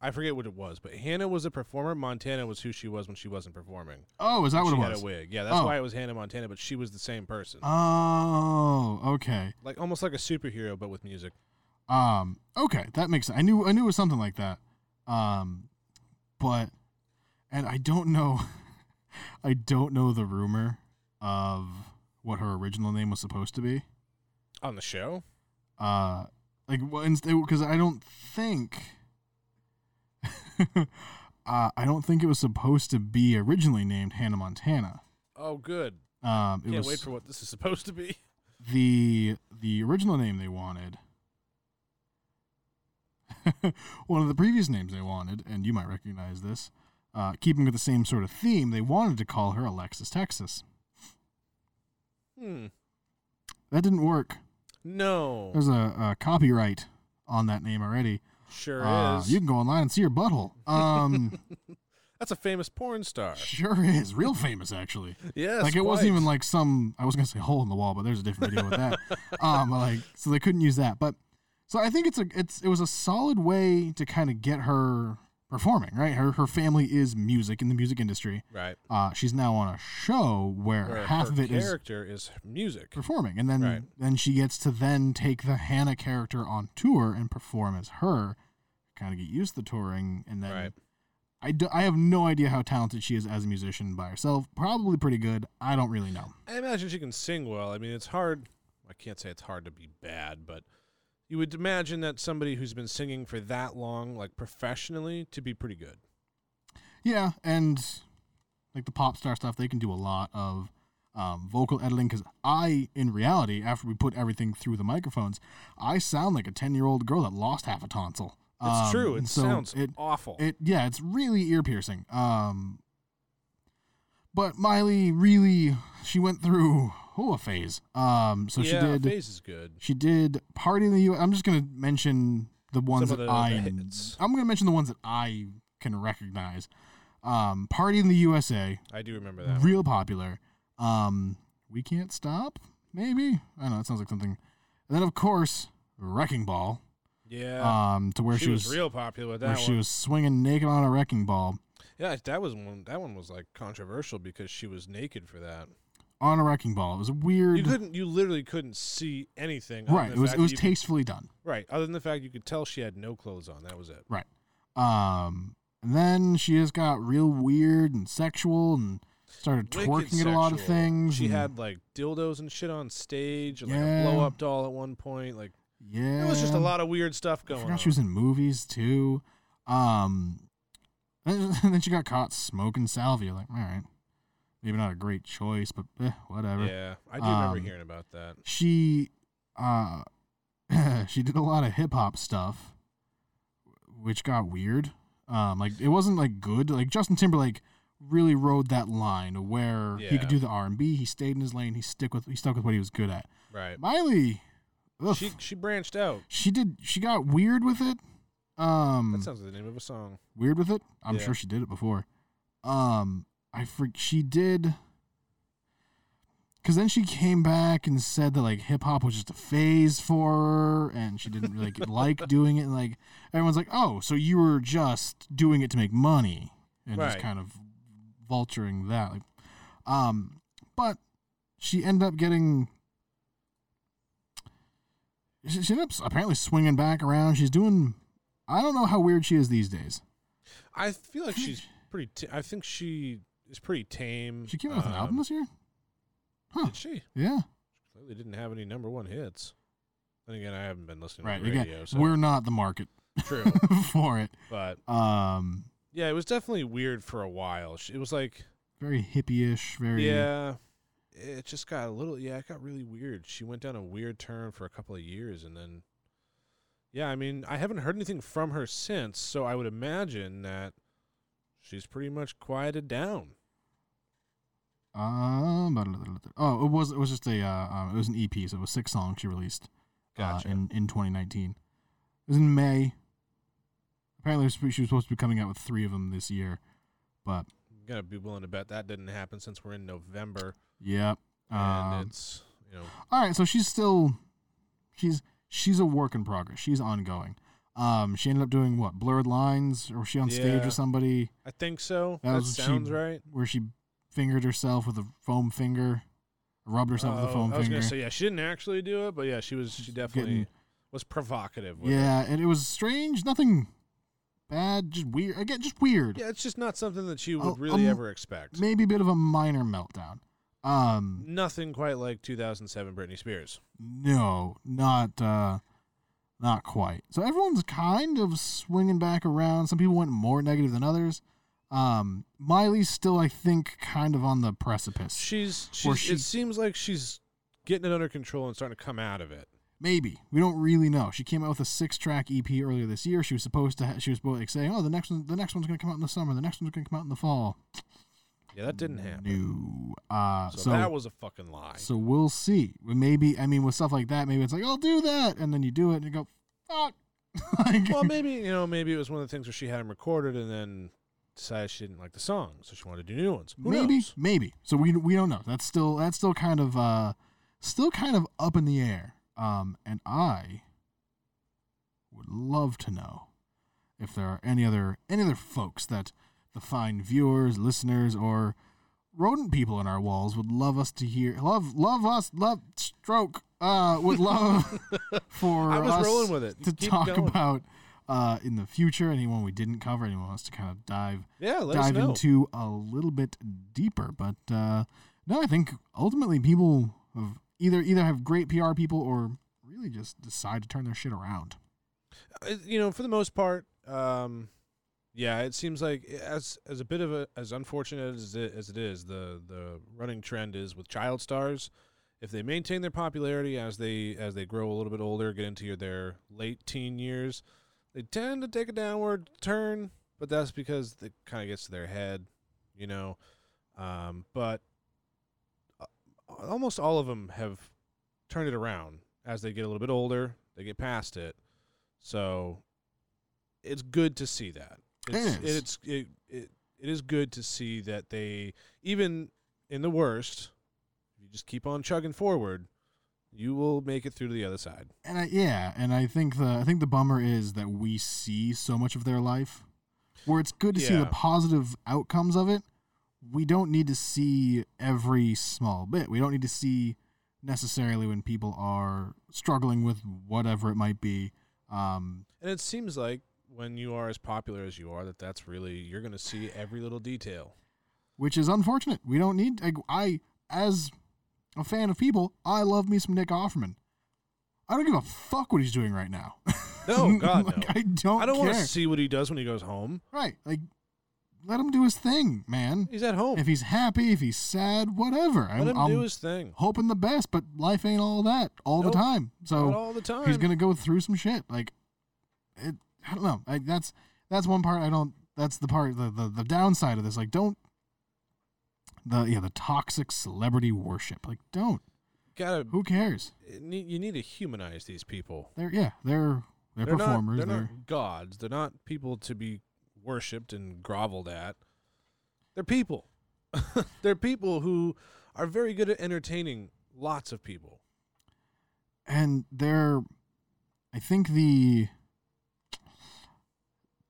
A: I forget what it was, but Hannah was a performer. Montana was who she was when she wasn't performing.
B: oh, is that what
A: she
B: it
A: had
B: was?
A: a wig. Yeah, that's
B: Oh. Uh.
A: why it was Hannah Montana. But she was the same person,
B: Oh, okay.
A: like almost like a superhero, but with music.
B: Um, okay, that makes sense. I knew I knew it was something like that. Um, but and I don't know I don't know the rumor of what her original name was supposed to be.
A: On the show,
B: Uh like because I don't think uh, I don't think it was supposed to be originally named Hannah Montana.
A: oh good,
B: Um, it
A: can't
B: was
A: wait for what this is supposed to be.
B: the the original name they wanted one of the previous names they wanted and you might recognize this uh, keeping with the same sort of theme they wanted to call her alexis texas
A: Hmm.
B: that didn't work
A: No,
B: there's a, a copyright on that name already
A: sure
B: Uh,
A: is.
B: you can go online and see your butthole um,
A: That's a famous porn star.
B: sure is real famous actually
A: Yes,
B: like it wasn't
A: quite.
B: even like some I was gonna say hole in the wall, but there's a different video with that. Um, like so they couldn't use that. But so I think it's a it's it was a solid way to kind of get her performing, right? Her her family is music in the music industry.
A: right.
B: Uh, she's now on a show where,
A: Where
B: half
A: her
B: of it is
A: character is, music.
B: performing, and then
A: Right.
B: then she gets to then take the Hannah character on tour and perform as her. Kind of get used to touring, and then
A: Right.
B: I, do, I have no idea how talented she is as a musician by herself. Probably pretty good. I don't really know.
A: I imagine she can sing well. I mean, it's hard. I can't say it's hard to be bad, but you would imagine that somebody who's been singing for that long, like professionally, to be pretty good.
B: Yeah, and like the pop star stuff, they can do a lot of um, vocal editing because I, in reality, after we put everything through the microphones, I sound like a ten-year-old girl that lost half a tonsil.
A: It's
B: Um,
A: true. It
B: and so
A: sounds
B: It,
A: awful.
B: it yeah, it's really ear piercing. Um, but Miley really, she went through oh a phase. Um, so
A: yeah,
B: she did
A: phase is good.
B: she did Party in the U.S. I'm just gonna mention the ones
A: Some of
B: that
A: the-
B: I
A: the hits.
B: I'm going to mention the ones that I can recognize. Um, Party in the USA,
A: I do remember that.
B: real popular. Um, we can't stop. Maybe I don't know. It sounds like something. And then of course, Wrecking Ball.
A: Yeah,
B: Um, to where
A: she,
B: she,
A: was, real popular with
B: where
A: that
B: she
A: one.
B: was swinging naked on a wrecking ball
A: yeah, that was one. That one was like controversial because she was naked for that.
B: on a wrecking ball. It was a
A: You
B: weird.
A: couldn't. You literally couldn't see anything. other
B: right.
A: than
B: It
A: the
B: was
A: fact
B: it
A: that
B: was
A: you could-
B: tastefully done.
A: Right. Other than the fact you could tell she had no clothes on. That was it.
B: Right. Um, and then she just got real weird and sexual and started
A: Wicked
B: twerking at a lot of
A: sexual.
B: things.
A: She
B: and-
A: had like dildos and shit on stage, and, like
B: Yeah.
A: a blow up doll at one point. Like
B: yeah.
A: it was just a lot of weird stuff
B: I
A: going
B: forgot
A: on.
B: she was in movies too. Um, and then she got caught smoking salvia. Like, all right, maybe not a great choice, but eh, whatever.
A: yeah, I do remember
B: Um,
A: hearing about that.
B: She, uh, she did a lot of hip hop stuff, which got weird. Um, like it wasn't like good. Like Justin Timberlake really rode that line where he
A: Yeah.
B: could do the R and B. He stayed in his lane. He stick with he stuck with what he was good at.
A: Right.
B: Miley, ugh,
A: She
B: she
A: she branched out.
B: did she got weird with it. Um,
A: That sounds like the name of a song.
B: weird with it. I'm
A: Yeah.
B: sure she did it before. Um, I freak. She did. Cause then she came back and said that like hip hop was just a phase for her, and she didn't really like, like doing it. And like everyone's like, "Oh, so you were just doing it to make money and just
A: Right.
B: kind of vulturing that." Like, um, but she ended up getting. She she ended up apparently swinging back around. She's doing. I don't know how weird she is these days.
A: I feel like she's pretty. T- I think she is pretty tame.
B: She came out with an album
A: Um,
B: this year? Huh.
A: Did she?
B: Yeah.
A: Clearly didn't have any number one hits. Then again, I haven't been listening
B: Right.
A: to the radio,
B: Again,
A: so
B: we're not the market
A: true.
B: for it.
A: but
B: Um,
A: yeah, it was definitely weird for a while. She- It was like,
B: very hippie-ish. Very.
A: yeah, it just got a little. Yeah, it got really weird. She went down a weird turn for a couple of years, and then, yeah, I mean, I haven't heard anything from her since. So I would imagine that she's pretty much quieted down.
B: Um, blah, blah, blah, blah. oh, it was it was just a uh, um, it was an EP, so it was six songs she released.
A: Gotcha.
B: Uh, in in 2019, it was in May. Apparently, she was supposed to be coming out with three of them this year, but
A: I'm gonna be willing to bet that didn't happen since we're in November,
B: yeah.
A: and
B: Um,
A: it's you know
B: All right, so she's still she's she's a work in progress. She's ongoing. Um, she ended up doing what? Blurred lines, or was she on stage
A: Yeah.
B: with somebody
A: I think so.
B: That
A: That,
B: was- she-
A: sounds right.
B: where she fingered herself with a foam finger, rubbed herself with a
A: Oh,
B: foam
A: I was
B: finger.
A: gonna say yeah, she didn't actually do it, but yeah, she was. She definitely was provocative. With it.
B: yeah, and it was strange. Nothing bad, just weird. Again, just weird.
A: yeah, it's just not something that she would
B: Oh,
A: really
B: um,
A: ever expect.
B: Maybe a bit of a minor meltdown. Um,
A: Nothing quite like 2007 Britney Spears.
B: no, not uh, not quite. So everyone's kind of swinging back around. Some people went more negative than others. Um, Miley's still, I think, kind of on the precipice.
A: She's,
B: Or
A: she's
B: she-
A: it seems like she's getting it under control and starting to come out of it.
B: Maybe we don't really know. She came out with a six-track EP earlier this year. She was supposed to. Ha- she was supposed like saying, "Oh, the next one, the next one's going to come out in the summer. The next one's going to come out in the fall."
A: Yeah, that didn't happen.
B: No. Uh,
A: So,
B: so
A: that was a fucking lie.
B: so we'll see. Well, Maybe I mean with stuff like that, maybe it's like I'll do that, and then you do it, and you go, "Fuck." like,
A: well, maybe you know, maybe it was one of the things where she had them recorded and then decided she didn't like the song, so she wanted to do new ones. Who
B: maybe,
A: knows?
B: maybe. So we we don't know. That's still that's still kind of uh, still kind of up in the air. Um, and I would love to know if there are any other any other folks that the fine viewers, listeners, or rodent people on our walls would love us to hear. Love, love us, love stroke. Uh, would love for
A: I was
B: us
A: rolling with it.
B: to
A: Keep
B: talk
A: going.
B: about uh, in the future. Anyone we didn't cover, anyone wants to kind of dive
A: Yeah, let us
B: dive
A: know.
B: into a little bit deeper. But uh, no, I think ultimately people have either either have great PR people or really just decide to turn their shit around.
A: Uh, you know, for the most part, um, yeah, it seems like as as a bit of a as unfortunate as it, as it is, the the running trend is with child stars. If they maintain their popularity as they as they grow a little bit older, get into your, their late teen years, they tend to take a downward turn. But that's because it kind of gets to their head, you know. Um, but uh, almost all of them have turned it around as they get a little bit older. They get past it, so it's good to see that. It's,
B: is.
A: It's it, it it is good to see that they even in the worst, if you just keep on chugging forward, you will make it through to the other side.
B: And I, yeah, and I think the I think the bummer is that we see so much of their life, where it's good to see
A: Yeah.
B: the positive outcomes of it. We don't need to see every small bit. We don't need to see necessarily when people are struggling with whatever it might be. Um,
A: And it seems like when you are as popular as you are, that that's really you're going to see every little detail.
B: which is unfortunate. We don't need like, I as a fan of people, I love me some Nick Offerman. I don't give a fuck what he's doing right now.
A: No, God, no.
B: Like, I don't.
A: I don't want to
B: care.
A: see what he does when he goes home.
B: Right, like let him do his thing, man.
A: He's at home.
B: If he's happy, if he's sad, whatever.
A: Let
B: I'm, um,
A: him
B: I'm
A: do his thing.
B: hoping the best, but life ain't all that all
A: Nope,
B: the time. So
A: Not all the time.
B: he's gonna go through some shit. Like, it, I don't know. Like that's that's one part I don't. That's the part the, the the downside of this. Like, don't the yeah the toxic celebrity worship. Like, don't.
A: gotta.
B: Who cares?
A: it need- You need to humanize these people.
B: They're yeah they're they're,
A: They're
B: performers.
A: Not, they're,
B: they're
A: not gods. They're not people to be worshipped and groveled at. They're people. they're people who are very good at entertaining lots of people.
B: and they're i think the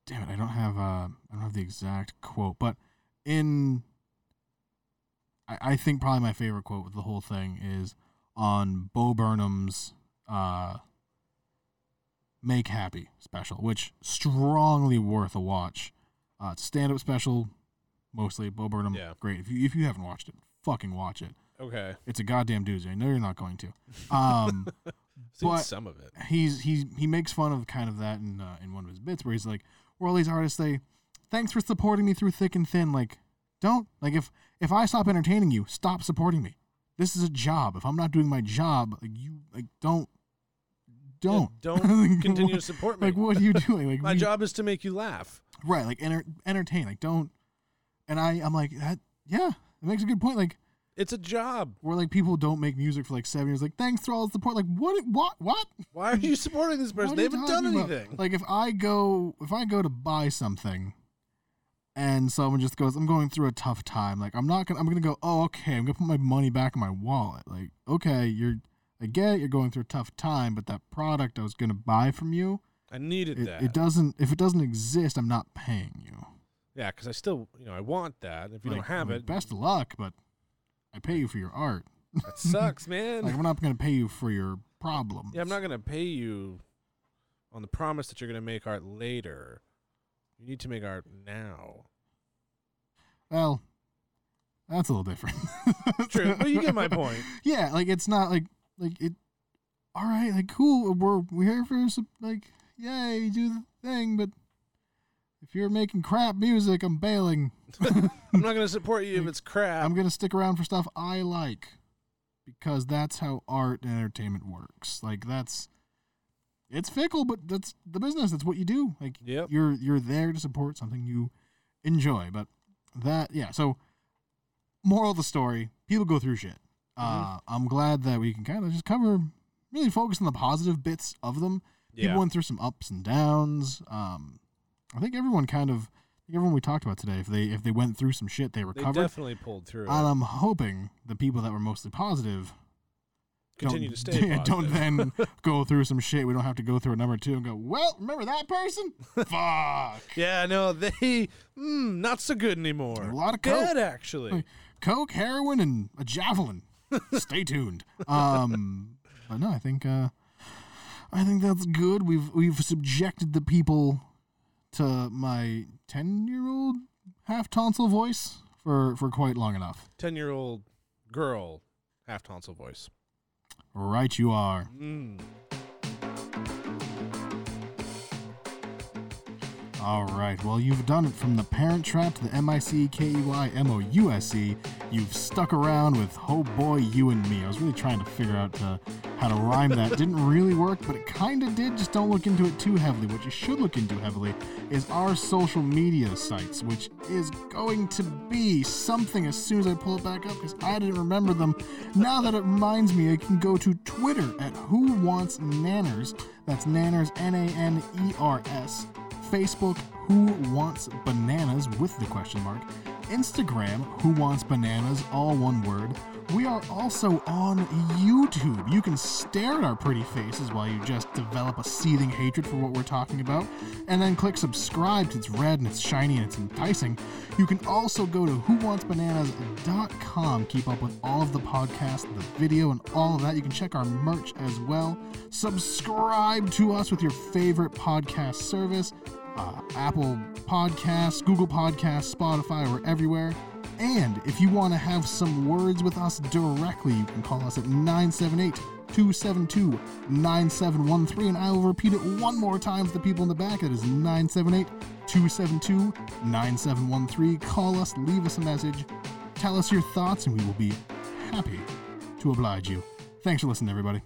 B: damn it i don't have uh i don't have the exact quote but in i, I think probably my favorite quote with the whole thing is on bo burnham's uh make happy special which strongly worth a watch uh stand-up special mostly bo burnham
A: Yeah.
B: great if you if you haven't watched it fucking watch it
A: Okay,
B: it's a goddamn doozy i know you're not going to um
A: seen
B: But-
A: some of it.
B: he's he he makes fun of kind of that in uh, in one of his bits where he's like, "We're all these artists. They thanks for supporting me through thick and thin. Like, don't like if if I stop entertaining you, stop supporting me. This is a job. If I'm not doing my job, like you like don't don't
A: don't
B: Like,
A: continue
B: what-
A: to support
B: Like,
A: me.
B: what are you doing? Like
A: My
B: we-
A: job is to make you laugh.
B: right? Like enter, entertain. Like don't. And I I'm like that. Yeah, that makes a good point. Like
A: It's a job.
B: where like people don't make music for like seven years. Like thanks for all the support. Like what what what?
A: Why are you supporting this person?
B: What
A: They
B: are you
A: haven't done
B: talking about?
A: anything.
B: Like if I go if I go to buy something and someone just goes, I'm going through a tough time, like I'm not gonna I'm gonna go, Oh, okay, I'm gonna put my money back in my wallet. Like, okay, you're I get it, you're going through a tough time, but that product I was gonna buy from you,
A: I needed
B: it,
A: that.
B: it doesn't if it doesn't exist, I'm not paying you.
A: Yeah, because I still, you know, I want that. If you
B: Like,
A: don't have
B: like,
A: it,
B: Best of luck, but I pay you for your art.
A: that sucks, man.
B: Like I'm not gonna pay you for your problem.
A: yeah, I'm not gonna pay you on the promise that you're gonna make art later. You need to make art now.
B: Well, that's a little different.
A: True, but you get my point.
B: Yeah, like it's not like like it. All right, like cool. We're we're here for some like yay, do the thing. But if you're making crap music, I'm bailing.
A: I'm not gonna support you if it's crap.
B: I'm gonna stick around for stuff I like because that's how art and entertainment works. Like that's it's fickle, but that's the business. That's what you do. Like
A: Yep.
B: you're you're there to support something you enjoy. But that yeah. So moral of the story: people go through shit.
A: Mm-hmm.
B: Uh, I'm glad that we can kind of just cover, really focus on the positive bits of them.
A: Yeah.
B: People went through some ups and downs. Um, I think everyone kind of, I think everyone we talked about today, if they if they went through some shit, they
A: they
B: recovered.
A: definitely pulled through.
B: And I'm hoping the people that were mostly positive
A: Continue
B: don't,
A: to stay.
B: yeah, don't
A: positive.
B: then go through some shit. We don't have to go through a number two and go, well, remember that person? Fuck.
A: Yeah, no, they mm, not so good anymore.
B: A lot of coke.
A: good actually.
B: Coke, heroin, and a javelin. Stay tuned. Um, but no, I think uh, I think that's good. We've we've subjected the people to my ten year old half tonsil voice for for quite long enough.
A: Ten year old girl, half tonsil voice.
B: Right, you are.
A: Mm.
B: All right. Well, you've done it from the Parent Trap to the M I C K E Y M O U S E. You've stuck around with Oh Boy, You and Me. I was really trying to figure out uh, how to rhyme that. Didn't really work, but it kind of did. Just don't look into it too heavily. What you should look into heavily is our social media sites, which is going to be something as soon as I pull it back up because I didn't remember them. Now that it reminds me, I can go to Twitter at Who Wants Nanners. That's Nanners, N A N E R S. Facebook, Who Wants Bananas with the question mark, Instagram, Who Wants Bananas, all one word. We are also on YouTube. You can stare at our pretty faces while you just develop a seething hatred for what we're talking about, and then click subscribe 'cause it's red and it's shiny and it's enticing. You can also go to whowantsbananas.com, keep up with all of the podcast, the video, and all of that. You can check our merch as well. Subscribe to us with your favorite podcast service uh, Apple Podcasts, Google Podcasts, Spotify, we're everywhere. And if you want to have some words with us directly, you can call us at 978 272 9713. And I will repeat it one more time for the people in the back. That is 978 272 9713. Call us, leave us a message, tell us your thoughts, and we will be happy to oblige you. Thanks for listening, everybody.